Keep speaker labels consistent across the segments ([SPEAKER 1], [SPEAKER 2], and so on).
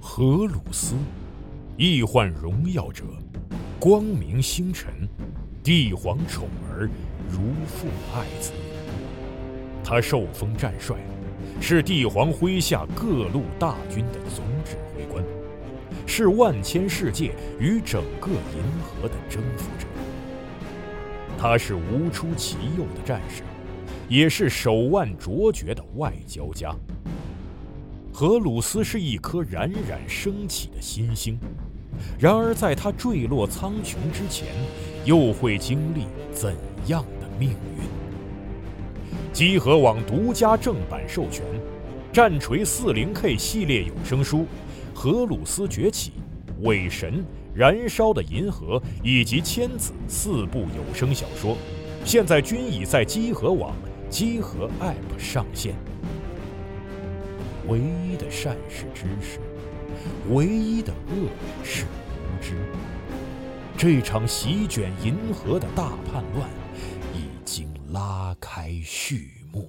[SPEAKER 1] 荷鲁斯，易患荣耀者，光明星辰，帝皇宠儿，如父爱子。他受封战帅，是帝皇麾下各路大军的总指挥官，是万千世界与整个银河的征服者。他是无出其右的战士，也是手腕卓绝的外交家。荷鲁斯是一颗冉冉升起的新星，然而在他坠落苍穹之前，又会经历怎样的命运？集合网独家正版授权，《战锤 40K 系列有声书》《荷鲁斯崛起》《伪神》《燃烧的银河》以及《千子》四部有声小说，现在均已在集合网、集合 App 上线。唯一的善是知识，唯一的恶是无知。这场席卷银河的大叛乱已经拉开序幕。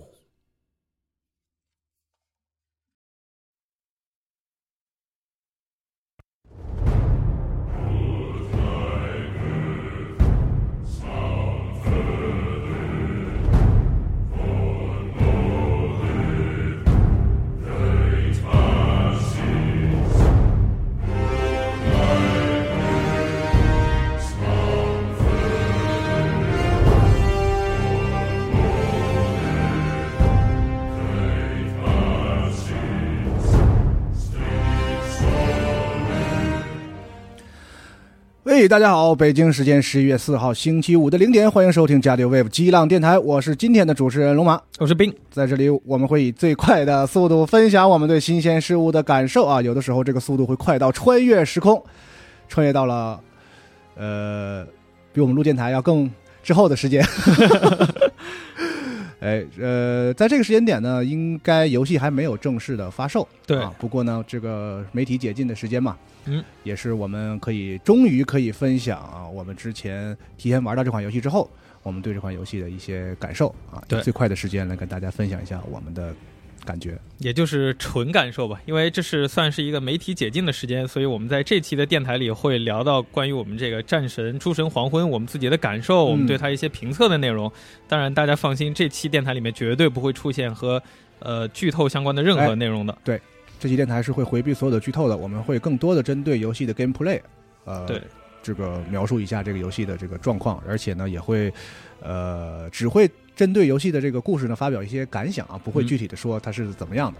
[SPEAKER 2] 喂，大家好，北京时间十一月四号星期五的零点，欢迎收听《加六 wave 激浪电台》，我是今天的主持人龙马。
[SPEAKER 3] 我是冰，
[SPEAKER 2] 在这里，我们会以最快的速度分享我们对新鲜事物的感受啊，有的时候这个速度会快到穿越时空，穿越到了呃比我们录电台要更之后的时间。 哎，呃，在这个时间点呢，应该游戏还没有正式的发售，
[SPEAKER 3] 对
[SPEAKER 2] 啊，不过呢，这个媒体解禁的时间嘛，
[SPEAKER 3] 嗯，
[SPEAKER 2] 也是我们可以终于可以分享啊，我们之前提前玩到这款游戏之后，我们对这款游戏的一些感受啊，
[SPEAKER 3] 对
[SPEAKER 2] 以最快的时间来跟大家分享一下我们的感觉。
[SPEAKER 3] 也就是纯感受吧，因为这是算是一个媒体解禁的时间，所以我们在这期的电台里会聊到关于我们这个战神、诸神黄昏，我们自己的感受，我们对它一些评测的内容。当然，大家放心，这期电台里面绝对不会出现和呃剧透相关的任何内容的。
[SPEAKER 2] 这期电台是会回避所有的剧透的，我们会更多的针对游戏的 gameplay，呃，
[SPEAKER 3] 对，
[SPEAKER 2] 这个描述一下这个游戏的这个状况，而且呢也会，呃，只会针对游戏的这个故事呢发表一些感想啊，不会
[SPEAKER 3] 嗯
[SPEAKER 2] 具体的说它是怎么样的。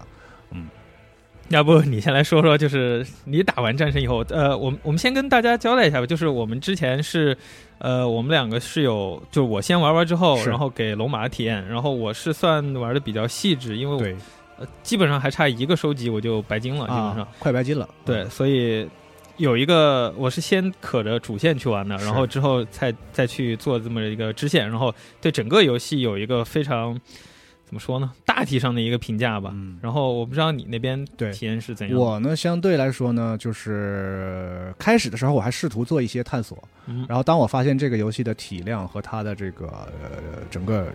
[SPEAKER 3] 要不你先来说说，就是你打完战神以后，呃，我们我们先跟大家交代一下吧，就是我们之前是，呃，我们两个是有，就是我先玩完之后，
[SPEAKER 2] 是
[SPEAKER 3] 然后给龙马体验，然后我是算玩的比较细致，因为我
[SPEAKER 2] 对
[SPEAKER 3] 呃基本上还差一个收集我就白金了，基本上、
[SPEAKER 2] 啊，快白金了，
[SPEAKER 3] 对，所以有一个我是先可着主线去玩的，
[SPEAKER 2] 是
[SPEAKER 3] 然后之后再再去做这么一个支线，然后对整个游戏有一个非常怎么说呢，大体上的一个评价吧。
[SPEAKER 2] 嗯
[SPEAKER 3] 然后我不知道你那边
[SPEAKER 2] 对
[SPEAKER 3] 体验是怎样的，
[SPEAKER 2] 我呢，相对来说呢，就是开始的时候我还试图做一些探索，
[SPEAKER 3] 嗯
[SPEAKER 2] 然后当我发现这个游戏的体量和它的这个呃整个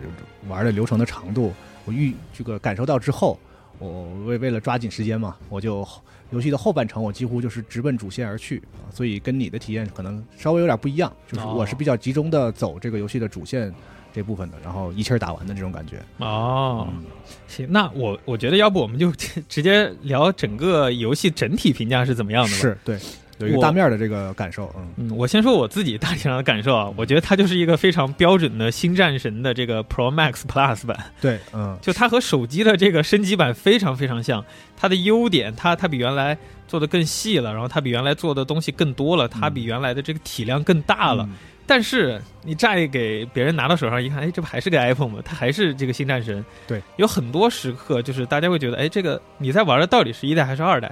[SPEAKER 2] 玩的流程的长度，我预这个感受到之后，我为为了抓紧时间嘛，我就游戏的后半程我几乎就是直奔主线而去啊所以跟你的体验可能稍微有点不一样，就是
[SPEAKER 3] 哦
[SPEAKER 2] 我是比较集中的走这个游戏的主线这部分的，然后一气儿打完的这种感觉。
[SPEAKER 3] 哦，
[SPEAKER 2] 嗯
[SPEAKER 3] 行，那我我觉得要不我们就直接聊整个游戏整体评价是怎么样的吧。
[SPEAKER 2] 是对，有一个
[SPEAKER 3] 我
[SPEAKER 2] 大面儿的这个感受，嗯。
[SPEAKER 3] 嗯，我先说我自己大体上的感受啊，我觉得它就是一个非常标准的新战神的这个 Pro Max Plus 版，
[SPEAKER 2] 对，嗯，
[SPEAKER 3] 就它和手机的这个升级版非常非常像，它的优点，它它比原来做的更细了，然后它比原来做的东西更多了，它比原来的这个体量更大了。
[SPEAKER 2] 嗯
[SPEAKER 3] 但是你乍一给别人拿到手上一看，哎，这不还是个 iPhone 吗？它还是这个新战神。
[SPEAKER 2] 对，
[SPEAKER 3] 有很多时刻就是大家会觉得，哎，这个你在玩的到底是一代还是二代？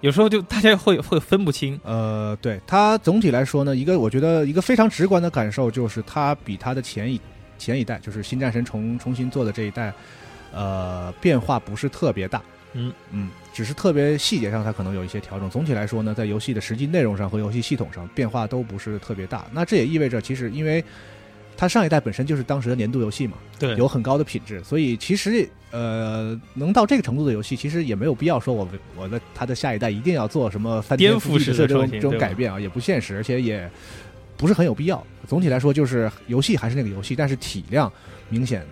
[SPEAKER 3] 有时候就大家会会分不清。
[SPEAKER 2] 呃，对它总体来说呢，一个我觉得一个非常直观的感受就是，它比它的前一前一代，就是新战神重重新做的这一代，呃，变化不是特别大。
[SPEAKER 3] 嗯
[SPEAKER 2] 嗯，只是特别细节上它可能有一些调整。总体来说呢，在游戏的实际内容上和游戏系统上变化都不是特别大。那这也意味着，其实因为它上一代本身就是当时的年度游戏嘛，
[SPEAKER 3] 对，
[SPEAKER 2] 有很高的品质，所以其实呃，能到这个程度的游戏，其实也没有必要说我我的它的下一代一定要做什么翻天
[SPEAKER 3] 颠覆
[SPEAKER 2] 覆地
[SPEAKER 3] 式的
[SPEAKER 2] 这种
[SPEAKER 3] 创新
[SPEAKER 2] 这种
[SPEAKER 3] 对吧
[SPEAKER 2] 改变啊，也不现实，而且也不是很有必要。总体来说，就是游戏还是那个游戏，但是体量明显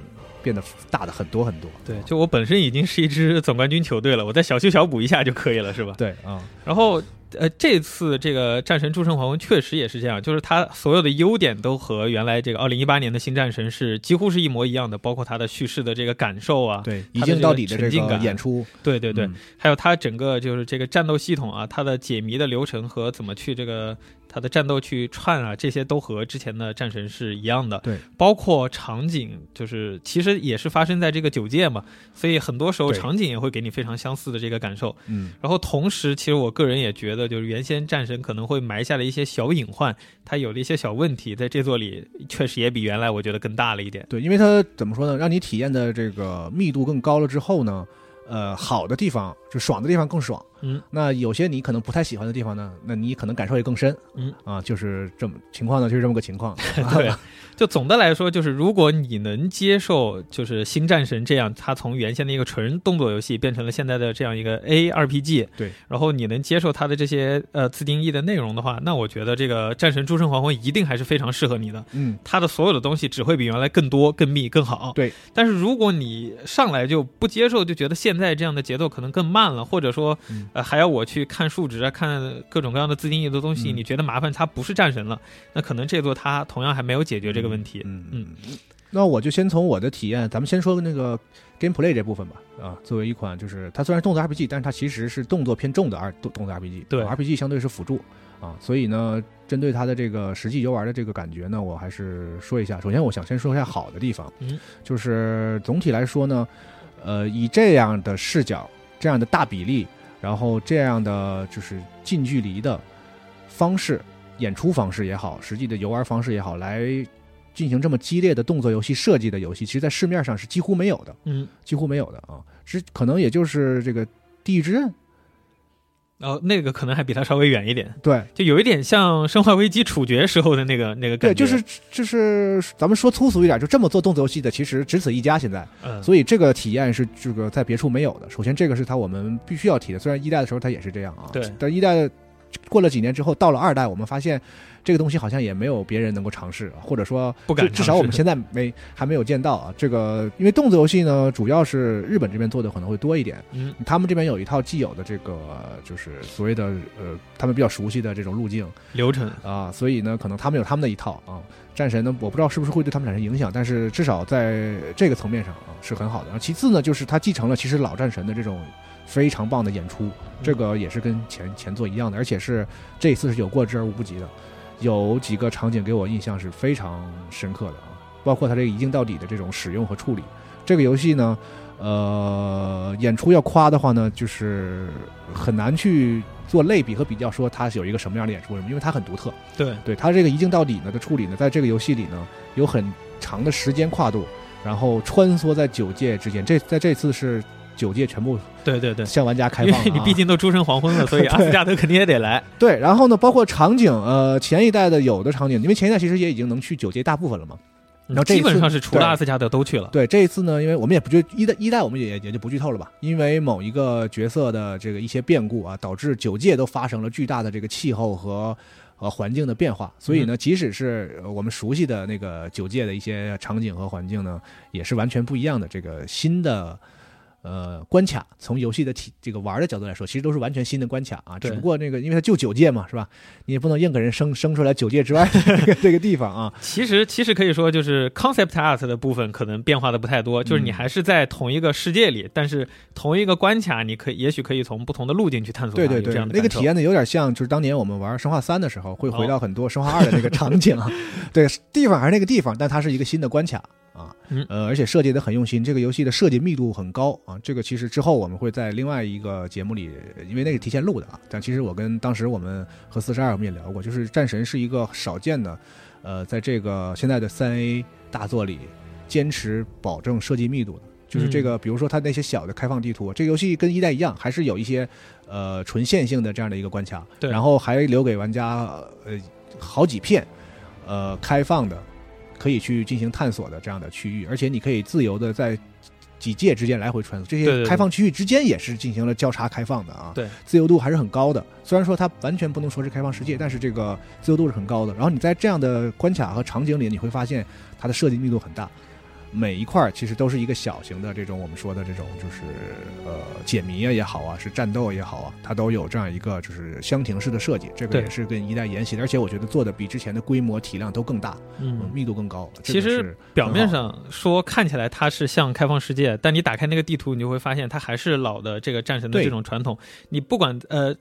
[SPEAKER 2] 变得大的很多很多。
[SPEAKER 3] 对，就我本身已经是一支总冠军球队了，我再小修小补一下就可以了，是吧？
[SPEAKER 2] 对啊，
[SPEAKER 3] 然后，呃，这次这个《战神：诸神黄昏》确实也是这样，就是它所有的优点都和原来这个2018年的新战神是几乎是一模一样的，包括它的叙事的这个感受啊，
[SPEAKER 2] 对，一
[SPEAKER 3] 它的
[SPEAKER 2] 镜
[SPEAKER 3] 这
[SPEAKER 2] 到
[SPEAKER 3] 个
[SPEAKER 2] 底的这
[SPEAKER 3] 沉浸
[SPEAKER 2] 个
[SPEAKER 3] 感啊
[SPEAKER 2] 演出，
[SPEAKER 3] 对对对
[SPEAKER 2] 嗯
[SPEAKER 3] 还有它整个就是这个战斗系统啊，它的解谜的流程和怎么去这个它的战斗去串啊，这些都和之前的战神是一样的。
[SPEAKER 2] 对，
[SPEAKER 3] 包括场景，就是其实也是发生在这个九界嘛，所以很多时候
[SPEAKER 2] 对
[SPEAKER 3] 场景也会给你非常相似的这个感受。
[SPEAKER 2] 嗯，
[SPEAKER 3] 然后同时，其实我个人也觉得，就是原先战神可能会埋下的一些小隐患，它有了一些小问题，在这座里确实也比原来我觉得更大了一点。
[SPEAKER 2] 对，因为它怎么说呢，让你体验的这个密度更高了之后呢，呃，好的地方就爽的地方更爽，
[SPEAKER 3] 嗯，
[SPEAKER 2] 那有些你可能不太喜欢的地方呢，那你可能感受也更深，
[SPEAKER 3] 嗯，
[SPEAKER 2] 啊，就是这么情况呢，就是这么个情况，
[SPEAKER 3] 对，就总的来说，就是如果你能接受，就是新战神这样，它从原先的一个纯动作游戏变成了现在的这样一个 A R P G，
[SPEAKER 2] 对，
[SPEAKER 3] 然后你能接受它的这些呃自定义的内容的话，那我觉得这个战神诸神黄昏一定还是非常适合你的。
[SPEAKER 2] 嗯，
[SPEAKER 3] 它的所有的东西只会比原来更多、更密、更好。
[SPEAKER 2] 对，
[SPEAKER 3] 但是如果你上来就不接受，就觉得现在这样的节奏可能更慢了，或者说，
[SPEAKER 2] 嗯
[SPEAKER 3] 呃，还要我去看数值啊、看各种各样的自定义的东西，
[SPEAKER 2] 嗯
[SPEAKER 3] 你觉得麻烦，它不是战神了，那可能这座它同样还没有解决这个问题。
[SPEAKER 2] 嗯
[SPEAKER 3] 嗯
[SPEAKER 2] 那我就先从我的体验，咱们先说那个 gameplay 这部分吧。啊，作为一款就是它虽然是动作 RPG，但是它其实是动作偏重的 R 动动作 RPG。
[SPEAKER 3] 对
[SPEAKER 2] ，RPG 相对是辅助啊，所以呢，针对它的这个实际游玩的这个感觉呢，我还是说一下。首先，我想先说一下好的地方，
[SPEAKER 3] 嗯，
[SPEAKER 2] 就是总体来说呢，呃，以这样的视角、这样的大比例，然后这样的就是近距离的方式。演出方式也好，实际的游玩方式也好，来进行这么激烈的动作游戏设计的游戏，其实在市面上是几乎没有的，
[SPEAKER 3] 嗯，
[SPEAKER 2] 几乎没有的啊，是可能也就是这个《地狱之刃》
[SPEAKER 3] 然后哦那个可能还比它稍微远一点，
[SPEAKER 2] 对
[SPEAKER 3] 就有一点像《生化危机》处决时候的那个那个感
[SPEAKER 2] 对，
[SPEAKER 3] 觉。
[SPEAKER 2] 就是就是咱们说粗俗一点，就这么做动作游戏的，其实只此一家现在，
[SPEAKER 3] 嗯，
[SPEAKER 2] 所以这个体验是这个在别处没有的。首先，这个是它我们必须要提的，虽然一代的时候它也是这样啊，
[SPEAKER 3] 对
[SPEAKER 2] 但一代。过了几年之后，到了二代，我们发现这个东西好像也没有别人能够尝试，啊或者说
[SPEAKER 3] 不敢
[SPEAKER 2] 至至
[SPEAKER 3] 尝
[SPEAKER 2] 少我们
[SPEAKER 3] 试
[SPEAKER 2] 现在没还没有见到啊。这个因为动作游戏呢，主要是日本这边做的可能会多一点，
[SPEAKER 3] 嗯
[SPEAKER 2] 他们这边有一套既有的这个呃就是所谓的呃，他们比较熟悉的这种路径
[SPEAKER 3] 流程，
[SPEAKER 2] 啊，所以呢，可能他们有他们的一套啊。战神呢，我不知道是不是会对他们产生影响，但是至少在这个层面上啊是很好的。然后其次呢，就是它继承了其实老战神的这种非常棒的演出，这个也是跟前前作一样的，而且是这一次是有过之而无不及的。有几个场景给我印象是非常深刻的啊，包括它这个一镜到底的这种使用和处理。这个游戏呢，呃，演出要夸的话呢，就是很难去做类比和比较，说它是有一个什么样的演出什么，因为它很独特。
[SPEAKER 3] 对，
[SPEAKER 2] 对它这个一镜到底呢的处理呢，在这个游戏里呢有很长的时间跨度，然后穿梭在九界之间。这在这次是九界全部
[SPEAKER 3] 对对对。
[SPEAKER 2] 向玩家开
[SPEAKER 3] 因
[SPEAKER 2] 放、啊，
[SPEAKER 3] 为你毕竟都诸神黄昏 了，所以阿斯加德肯定也得来。
[SPEAKER 2] 对，然后呢，包括场景，呃，前一代的有的场景，因为前一代其实也已经能去九界大部分了嘛。 然后这一
[SPEAKER 3] 基本
[SPEAKER 2] 次
[SPEAKER 3] 上是除了
[SPEAKER 2] 对
[SPEAKER 3] 阿斯加德都去了。
[SPEAKER 2] 对，这一次呢，因为我们也不就一代一代我们也也就不剧透了吧，因为某一个角色的这个一些变故啊，导致九界都发生了巨大的这个气候和呃环境的变化，所以
[SPEAKER 3] 嗯
[SPEAKER 2] 呢，即使是呃我们熟悉的那个九界的一些场景和环境呢，也是完全不一样的这个新的。呃，关卡从游戏的体这个玩儿的角度来说，其实都是完全新的关卡啊，只
[SPEAKER 3] 对
[SPEAKER 2] 不过那个因为它就九界嘛，是吧？你也不能硬给人生生出来九界之外的这个这个地方啊，
[SPEAKER 3] 其实其实可以说，就是 concept art 的部分可能变化的不太
[SPEAKER 2] 嗯
[SPEAKER 3] 多，就是你还是在同一个世界里，但是同一个关卡，你可以也许可以从不同的路径去探索它。
[SPEAKER 2] 对对
[SPEAKER 3] 有
[SPEAKER 2] 对
[SPEAKER 3] 这，样的
[SPEAKER 2] 那个
[SPEAKER 3] 感受哦
[SPEAKER 2] 体验呢，有点像就是当年我们玩《生化三》的时候，会回到很多《生化二》的那个场景 啊。对，地方还是那个地方，但它是一个新的关卡啊
[SPEAKER 3] 嗯，
[SPEAKER 2] 呃，而且设计的很用心，这个游戏的设计密度很高啊。这个其实之后我们会在另外一个节目里，因为那个提前录的啊，但其实我跟当时我们和四十二我们也聊过，就是战神是一个少见的，呃，在这个现在的三 A 大作里，坚持保证设计密度的。就是这个，比如说它那些小的开放地图，这个游戏跟一代一样，还是有一些呃纯线性的这样的一个关卡，
[SPEAKER 3] 对
[SPEAKER 2] 然后还留给玩家呃好几片呃开放的可以去进行探索的这样的区域，而且你可以自由的在几界之间来回穿梭，这
[SPEAKER 3] 对对
[SPEAKER 2] 些
[SPEAKER 3] 对
[SPEAKER 2] 开放区域之间也是进行了交叉开放的啊，
[SPEAKER 3] 对，
[SPEAKER 2] 自由度还是很高的。虽然说它完全不能说是开放世界，但是这个自由度是很高的。然后你在这样的关卡和场景里，你会发现它的设计密度很大。每一块儿其实都是一个小型的这种我们说的这种就是呃解谜啊也好啊，是战斗也好啊，它都有这样一个就是箱庭式的设计，这个
[SPEAKER 3] 对
[SPEAKER 2] 也是跟一代沿袭的，而且我觉得做的比之前的规模体量都更大，嗯，
[SPEAKER 3] 嗯，
[SPEAKER 2] 密度更高。这
[SPEAKER 3] 其
[SPEAKER 2] 个
[SPEAKER 3] 实
[SPEAKER 2] 是
[SPEAKER 3] 表面上说看起来它是像开放世界，但你打开那个地图，你就会发现它还是老的这个战神的
[SPEAKER 2] 对
[SPEAKER 3] 这种传统。你不管呃，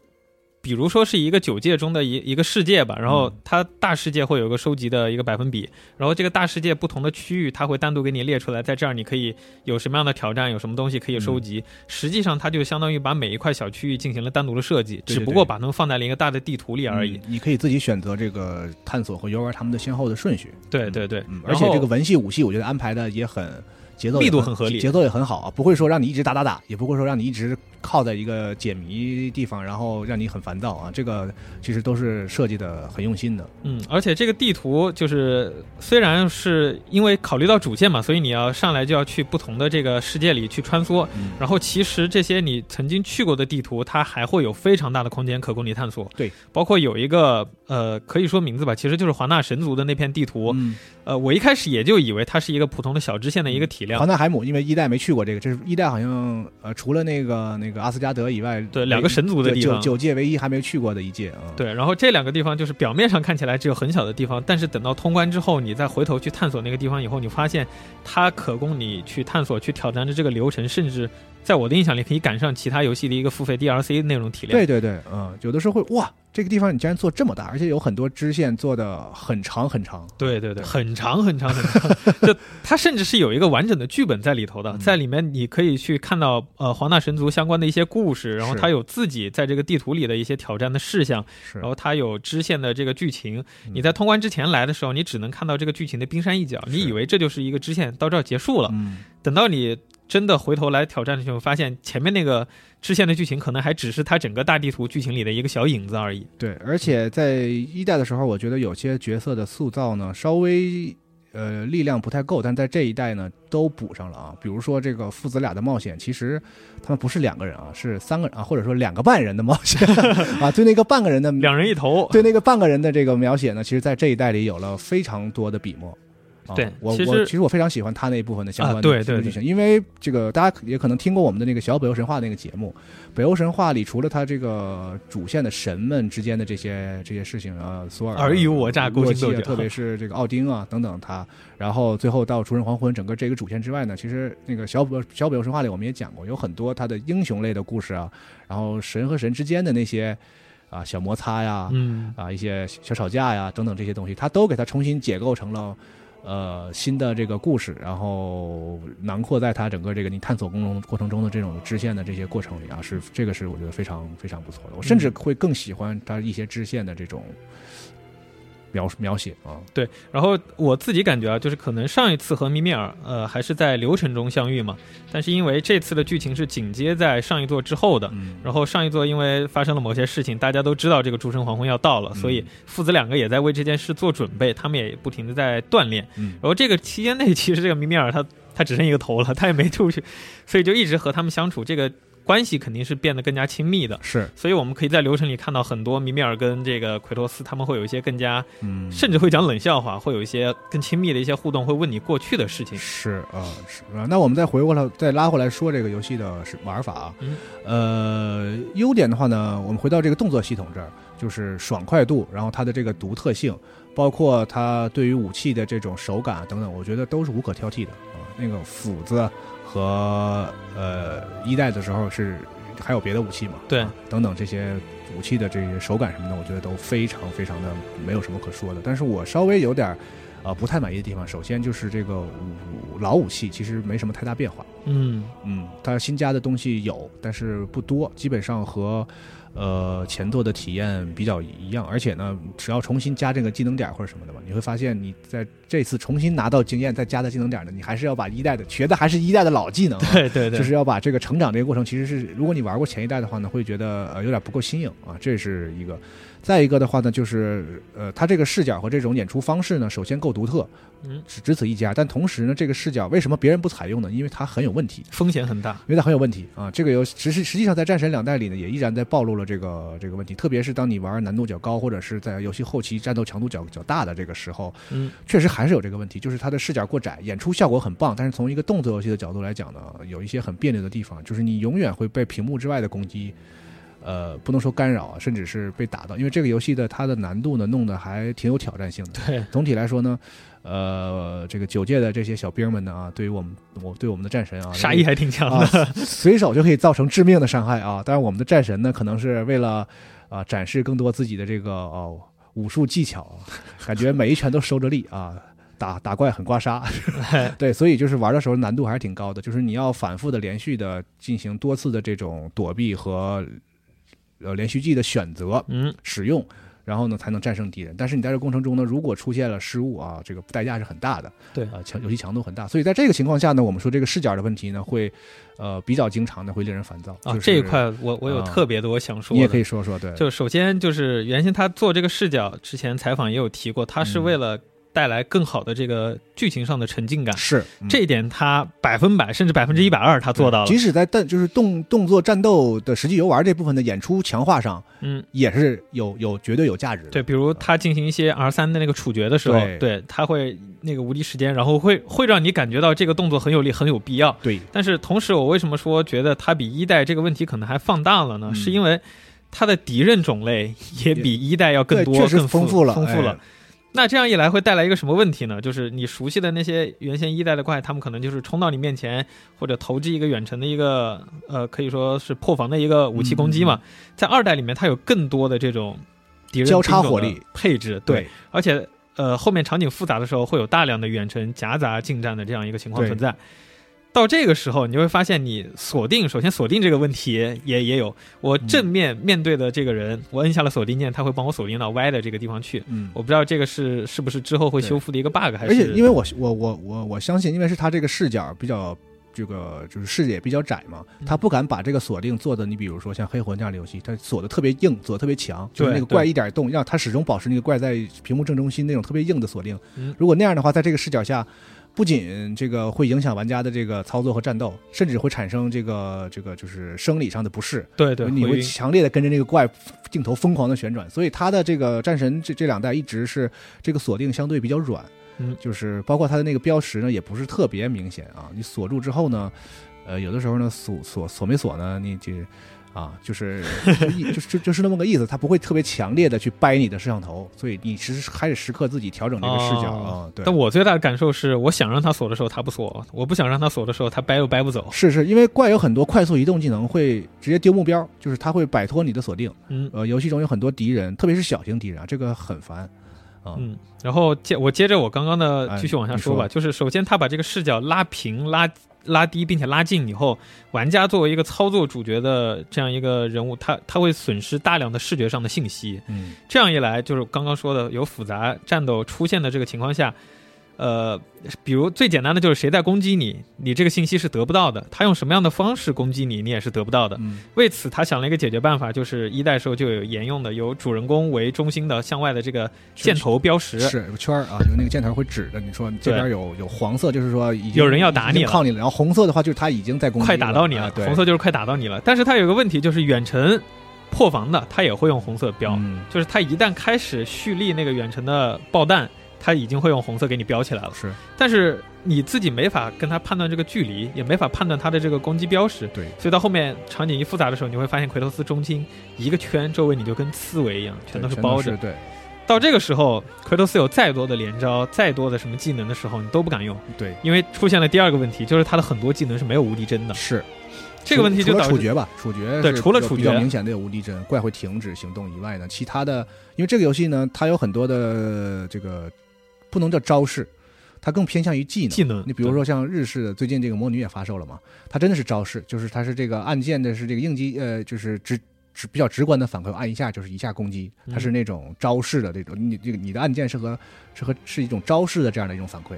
[SPEAKER 3] 比如说是一个九界中的一一个世界吧，然后
[SPEAKER 2] 嗯
[SPEAKER 3] 它大世界会有一个收集的一个百分比，然后这个大世界不同的区域，它会单独给你列出来，在这儿你可以有什么样的挑战，有什么东西可以收集。
[SPEAKER 2] 嗯
[SPEAKER 3] 实际上，它就相当于把每一块小区域进行了单独的设计，
[SPEAKER 2] 对对
[SPEAKER 3] 只不过把它们放在了一个大的地图里而已。
[SPEAKER 2] 嗯你可以自己选择这个探索和游玩他们的先后的顺序。
[SPEAKER 3] 对对对，
[SPEAKER 2] 嗯，
[SPEAKER 3] 然
[SPEAKER 2] 而
[SPEAKER 3] 后
[SPEAKER 2] 且这个文戏武戏，我觉得安排的也很节奏也，
[SPEAKER 3] 密度很合理
[SPEAKER 2] 节奏也很好啊，不会说让你一直打打打，也不会说让你一直靠在一个解谜地方，然后让你很烦躁啊。这个其实都是设计的很用心的。
[SPEAKER 3] 嗯，而且这个地图就是虽然是因为考虑到主线嘛，所以你要上来就要去不同的这个世界里去穿梭。
[SPEAKER 2] 嗯
[SPEAKER 3] 然后其实这些你曾经去过的地图，它还会有非常大的空间可供你探索。
[SPEAKER 2] 对，
[SPEAKER 3] 包括有一个呃，可以说名字吧，其实就是华纳神族的那片地图。
[SPEAKER 2] 嗯
[SPEAKER 3] 呃，我一开始也就以为它是一个普通的小支线的一个体量
[SPEAKER 2] 华。纳海姆，因为一代没去过这个，这是一代好像呃，除了那个那个阿斯加德以外，
[SPEAKER 3] 对，两个神族的
[SPEAKER 2] 对
[SPEAKER 3] 地
[SPEAKER 2] 九
[SPEAKER 3] 方。
[SPEAKER 2] 九届唯一还没去过的一届啊。
[SPEAKER 3] 对，然后这两个地方就是表面上看起来只有很小的地方，但是等到通关之后，你再回头去探索那个地方以后，你发现它可供你去探索、去挑战的这个流程，甚至在我的印象里可以赶上其他游戏的一个付费 DLC 内容体量。
[SPEAKER 2] 对对对，嗯，有的时候会哇，这个地方你竟然做这么大，而且有很多支线做的很长很长。
[SPEAKER 3] 对对对，很长很长很长， 就它甚至是有一个完整的剧本在里头的，
[SPEAKER 2] 嗯
[SPEAKER 3] 在里面你可以去看到呃黄大神族相关的一些故事，然后
[SPEAKER 2] 是
[SPEAKER 3] 它有自己在这个地图里的一些挑战的事项，
[SPEAKER 2] 是
[SPEAKER 3] 然后它有支线的这个剧情，
[SPEAKER 2] 嗯
[SPEAKER 3] 你在通关之前来的时候，你只能看到这个剧情的冰山一角，你以为这就是一个支线，到这儿结束了。
[SPEAKER 2] 嗯，
[SPEAKER 3] 等到你真的回头来挑战的时候，发现前面那个支线的剧情可能还只是它整个大地图剧情里的一个小影子而已。
[SPEAKER 2] 对，而且在一代的时候，我觉得有些角色的塑造呢，稍微呃力量不太够，但在这一代呢都补上了啊。比如说这个父子俩的冒险，其实他们不是两个人啊，是三个人啊，或者说两个半人的冒险 啊。对那个半个人的
[SPEAKER 3] 两人一头，
[SPEAKER 2] 对那个半个人的这个描写呢，其实在这一代里有了非常多的笔墨。啊
[SPEAKER 3] 对
[SPEAKER 2] 我
[SPEAKER 3] 其
[SPEAKER 2] 我
[SPEAKER 3] 实
[SPEAKER 2] 其实我非常喜欢他那一部分的相
[SPEAKER 3] 啊
[SPEAKER 2] 关的
[SPEAKER 3] 对对
[SPEAKER 2] 剧情，因为这个大家也可能听过我们的那个小北欧神话那个节目，北欧神话里除了他这个主线的神们之间的这些这些事情啊，索尔啊
[SPEAKER 3] 尔虞我诈勾
[SPEAKER 2] 洛
[SPEAKER 3] 心斗
[SPEAKER 2] 基啊
[SPEAKER 3] 角
[SPEAKER 2] 特别是这个奥丁啊等等他，然后最后到《除人黄昏》整个这个主线之外呢，其实那个小北小北欧神话里我们也讲过，有很多他的英雄类的故事啊，然后神和神之间的那些啊小摩擦呀，
[SPEAKER 3] 嗯，
[SPEAKER 2] 啊一些小吵架呀等等这些东西，他都给它重新解构成了呃新的这个故事，然后囊括在它整个这个你探索过程过程中的这种支线的这些过程里啊，是这个是我觉得非常非常不错的，我甚至会更喜欢它一些支线的这种描描写啊，
[SPEAKER 3] 对。然后我自己感觉啊，就是可能上一次和米米尔呃还是在流程中相遇嘛，但是因为这次的剧情是紧接在上一座之后的，
[SPEAKER 2] 嗯
[SPEAKER 3] 然后上一座因为发生了某些事情，大家都知道这个诸神黄昏要到了，所以父子两个也在为这件事做准备，他们也不停的在锻炼。
[SPEAKER 2] 嗯
[SPEAKER 3] 然后这个期间内，其实这个米米尔他他只剩一个头了，他也没出去，所以就一直和他们相处，这个关系肯定是变得更加亲密的。
[SPEAKER 2] 是
[SPEAKER 3] 所以我们可以在流程里看到很多米米尔跟这个奎托斯他们会有一些更加，
[SPEAKER 2] 嗯
[SPEAKER 3] 甚至会讲冷笑话，会有一些更亲密的一些互动，会问你过去的事情。
[SPEAKER 2] 是啊、是啊。那我们再回过来，再拉回来说这个游戏的是玩法啊。
[SPEAKER 3] 嗯
[SPEAKER 2] 呃，优点的话呢，我们回到这个动作系统这儿，就是爽快度，然后它的这个独特性，包括它对于武器的这种手感啊等等，我觉得都是无可挑剔的啊、那个斧子和呃一代的时候是还有别的武器嘛？
[SPEAKER 3] 对
[SPEAKER 2] 啊等等这些武器的这些手感什么的，我觉得都非常非常的没有什么可说的。但是我稍微有呃点儿啊、不太满意的地方，首先就是这个武老武器其实没什么太大变化，
[SPEAKER 3] 嗯
[SPEAKER 2] 嗯，它新加的东西有，但是不多，基本上和呃前作的体验比较一样。而且呢，只要重新加这个技能点或者什么的吧，你会发现你在这次重新拿到经验再加的技能点呢，你还是要把一代的学的还是一代的老技能啊、
[SPEAKER 3] 对对对，
[SPEAKER 2] 就是要把这个成长这个过程，其实是如果你玩过前一代的话呢，会觉得呃有点不够新颖
[SPEAKER 3] 嗯
[SPEAKER 2] 啊，这是一个。再一个的话呢，就是呃，它这个视角和这种演出方式呢，首先够独特，
[SPEAKER 3] 嗯
[SPEAKER 2] 只只此一家。但同时呢，这个视角为什么别人不采用呢？因为它很有问题，
[SPEAKER 3] 风险很大。
[SPEAKER 2] 因为它很有问题啊。这个游实实实际上在战神两代里呢，也依然在暴露了这个这个问题，特别是当你玩难度较高，或者是在游戏后期战斗强度较较大的这个时候，
[SPEAKER 3] 嗯，
[SPEAKER 2] 确实还是有这个问题，就是它的视角过窄，演出效果很棒，但是从一个动作游戏的角度来讲呢，有一些很别扭的地方，就是你永远会被屏幕之外的攻击，呃，不能说干扰啊，甚至是被打到，因为这个游戏的它的难度呢弄得还挺有挑战性的。
[SPEAKER 3] 对，
[SPEAKER 2] 总体来说呢，呃，这个九界的这些小兵们呢啊，对于我们我对我们的战神啊，
[SPEAKER 3] 杀意还挺强
[SPEAKER 2] 啊
[SPEAKER 3] 的。，
[SPEAKER 2] 随手就可以造成致命的伤害啊。当然，我们的战神呢，可能是为了啊、展示更多自己的这个哦武术技巧啊，感觉每一拳都收着力啊。打打怪很刮 痧，对，所以就是玩的时候难度还是挺高的，就是你要反复的、连续的进行多次的这种躲避和呃连续技的选择，
[SPEAKER 3] 嗯，
[SPEAKER 2] 使用，然后呢才能战胜敌人。但是你在这过程中呢，如果出现了失误啊，这个代价是很大的。
[SPEAKER 3] 对
[SPEAKER 2] 啊，强游戏强度很大，所以在这个情况下呢，我们说这个视角的问题呢，会呃比较经常的会令人烦躁。
[SPEAKER 3] 啊
[SPEAKER 2] 就，是
[SPEAKER 3] 这一块我我有
[SPEAKER 2] 啊
[SPEAKER 3] 特别多想说
[SPEAKER 2] 你也可
[SPEAKER 3] 的。
[SPEAKER 2] 以说说，对，
[SPEAKER 3] 就首先就是原先他做这个视角之前采访也有提过，他是
[SPEAKER 2] 嗯
[SPEAKER 3] 为了带来更好的这个剧情上的沉浸感。
[SPEAKER 2] 是、嗯
[SPEAKER 3] 这一点他百分百甚至百分之一百二他做到了
[SPEAKER 2] 即。使在但就是动动作战斗的实际游玩这部分的演出强化上，
[SPEAKER 3] 嗯，
[SPEAKER 2] 也是有有绝对有价值的。
[SPEAKER 3] 对，比如他进行一些 R 三的那个处决的时候，
[SPEAKER 2] 对
[SPEAKER 3] 对他会那个无敌时间，然后会会让你感觉到这个动作很有力，很有必要。
[SPEAKER 2] 对，
[SPEAKER 3] 但是同时，我为什么说觉得它比一代这个问题可能还放大了呢？
[SPEAKER 2] 嗯
[SPEAKER 3] 是因为它的敌人种类也比一代要更
[SPEAKER 2] 对
[SPEAKER 3] 多，
[SPEAKER 2] 确实
[SPEAKER 3] 更
[SPEAKER 2] 丰
[SPEAKER 3] 富
[SPEAKER 2] 了，
[SPEAKER 3] 丰富了。
[SPEAKER 2] 哎
[SPEAKER 3] 那这样一来会带来一个什么问题呢？就是你熟悉的那些原先一代的怪，他们可能就是冲到你面前，或者投掷一个远程的一个呃，可以说是破防的一个武器攻击嘛。在二代里面，它有更多的这种敌
[SPEAKER 2] 嗯
[SPEAKER 3] 人
[SPEAKER 2] 交叉
[SPEAKER 3] 兵种
[SPEAKER 2] 火
[SPEAKER 3] 的
[SPEAKER 2] 力
[SPEAKER 3] 配置，对，
[SPEAKER 2] 对
[SPEAKER 3] 而且呃后面场景复杂的时候，会有大量的远程夹杂近战的这样一个情况
[SPEAKER 2] 对
[SPEAKER 3] 存在。到这个时候，你会发现，你锁定首先锁定这个问题也也有，我
[SPEAKER 2] 嗯
[SPEAKER 3] 正面面对的这个人，我摁下了锁定键，他会帮我锁定到歪的这个地方去。
[SPEAKER 2] 嗯，
[SPEAKER 3] 我不知道这个是是不是之后会修复的一个 bug，还是
[SPEAKER 2] 而且因
[SPEAKER 3] 为
[SPEAKER 2] 为我我我我我相信，因为是他这个视角比较这个就是视野比较窄嘛，
[SPEAKER 3] 嗯
[SPEAKER 2] 他不敢把这个锁定做的，你比如说像黑魂这样的游戏，它锁的特别硬，锁得特别强，就是
[SPEAKER 3] 对
[SPEAKER 2] 那个怪一点动，让它始终保持那个怪在屏幕正中心那种特别硬的锁定
[SPEAKER 3] 嗯。
[SPEAKER 2] 如果那样的话，在这个视角下。不仅这个会影响玩家的这个操作和战斗，甚至会产生这个这个就是生理上的不适，
[SPEAKER 3] 对对，
[SPEAKER 2] 你
[SPEAKER 3] 回
[SPEAKER 2] 会
[SPEAKER 3] 音
[SPEAKER 2] 强烈的跟着那个怪镜头疯狂的旋转，所以它的这个战神这这两代一直是这个锁定相对比较软，
[SPEAKER 3] 嗯
[SPEAKER 2] 就是包括它的那个标识呢也不是特别明显啊，你锁住之后呢，呃，有的时候呢锁锁锁没锁呢，你这啊就是就一 就是就就是那么个意思，它不会特别强烈的去掰你的摄像头，所以你时还得时刻自己调整这个视角啊
[SPEAKER 3] 哦，
[SPEAKER 2] 对。
[SPEAKER 3] 但我最大的感受是，我想让他锁的时候他不锁，我不想让他锁的时候他掰又掰不走。
[SPEAKER 2] 是是，因为怪有很多快速移动技能会直接丢目标，就是它会摆脱你的锁定。
[SPEAKER 3] 嗯
[SPEAKER 2] 呃，游戏中有很多敌人，特别是小型敌人啊，这个很烦。啊、
[SPEAKER 3] 嗯，然后接我接着我刚刚的
[SPEAKER 2] 哎
[SPEAKER 3] 继续往下
[SPEAKER 2] 你
[SPEAKER 3] 说
[SPEAKER 2] 说
[SPEAKER 3] 吧，就是首先他把这个视角拉平拉。拉低并且拉近以后，玩家作为一个操作主角的这样一个人物，他他会损失大量的视觉上的信息。
[SPEAKER 2] 嗯，
[SPEAKER 3] 这样一来，就是刚刚说的有复杂战斗出现的这个情况下，呃，比如最简单的就是谁在攻击你，你这个信息是得不到的，他用什么样的方式攻击你，你也是得不到的。
[SPEAKER 2] 嗯
[SPEAKER 3] 为此，他想了一个解决办法，就是一代时候就有沿用的由主人公为中心的向外的这个箭头标识。
[SPEAKER 2] 是有个圈儿啊，就那个箭头会指着你说这边有有黄色，就是说已经
[SPEAKER 3] 有人要打
[SPEAKER 2] 已经
[SPEAKER 3] 你了
[SPEAKER 2] 靠你了。然后红色的话就是他已经在攻击，
[SPEAKER 3] 快打到你
[SPEAKER 2] 了
[SPEAKER 3] 了，
[SPEAKER 2] 啊，对，
[SPEAKER 3] 红色就是快打到你了。但是它有个问题，就是远程破防的，它也会用红色标。
[SPEAKER 2] 嗯，
[SPEAKER 3] 就是它一旦开始蓄力那个远程的爆弹，它已经会用红色给你标起来了。
[SPEAKER 2] 是
[SPEAKER 3] 但是你自己没法跟他判断这个距离，也没法判断他的这个攻击标识，
[SPEAKER 2] 对。
[SPEAKER 3] 所以到后面场景一复杂的时候，你会发现奎托斯中心一个圈周围你就跟刺猬一样，全都是
[SPEAKER 2] 对
[SPEAKER 3] 包着。
[SPEAKER 2] 对
[SPEAKER 3] 到这个时候，奎托斯有再多的连招，再多的什么技能的时候，你都不敢用，
[SPEAKER 2] 对
[SPEAKER 3] 因为出现了第二个问题，就是他的很多技能是没有无敌帧的。
[SPEAKER 2] 是
[SPEAKER 3] 这个问题
[SPEAKER 2] 除
[SPEAKER 3] 就
[SPEAKER 2] 除了
[SPEAKER 3] 导
[SPEAKER 2] 处
[SPEAKER 3] 致
[SPEAKER 2] 决吧，处决
[SPEAKER 3] 对
[SPEAKER 2] 是
[SPEAKER 3] 除了
[SPEAKER 2] 有
[SPEAKER 3] 处
[SPEAKER 2] 比较
[SPEAKER 3] 决
[SPEAKER 2] 明显的有无敌帧，怪会停止行动以外呢，其他的因为这个游戏呢，它有很多的这个不能叫招式，它更偏向于技能。
[SPEAKER 3] 技能
[SPEAKER 2] 你比如说像日式的，最近这个魔女也发售了嘛，它真的是招式，就是它是这个按键的是这个应激呃，就是直直比较直观的反馈，按一下就是一下攻击，它
[SPEAKER 3] 嗯
[SPEAKER 2] 是那种招式的这种，你这个你的按键是和是和是一种招式的这样的一种反馈。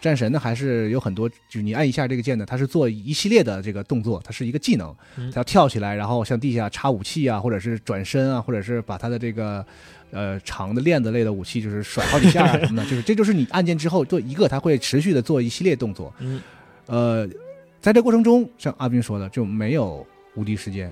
[SPEAKER 2] 战神呢，还是有很多，就是你按一下这个键呢，它是做一系列的这个动作，它是一个技能，
[SPEAKER 3] 嗯
[SPEAKER 2] 它要跳起来，然后向地下插武器啊，或者是转身啊，或者是把它的这个呃长的链子类的武器就是甩好几下啊什么的，就是这就是你按键之后做一个，它会持续的做一系列动作。
[SPEAKER 3] 嗯，
[SPEAKER 2] 呃，在这过程中，像阿斌说的，就没有无敌时间，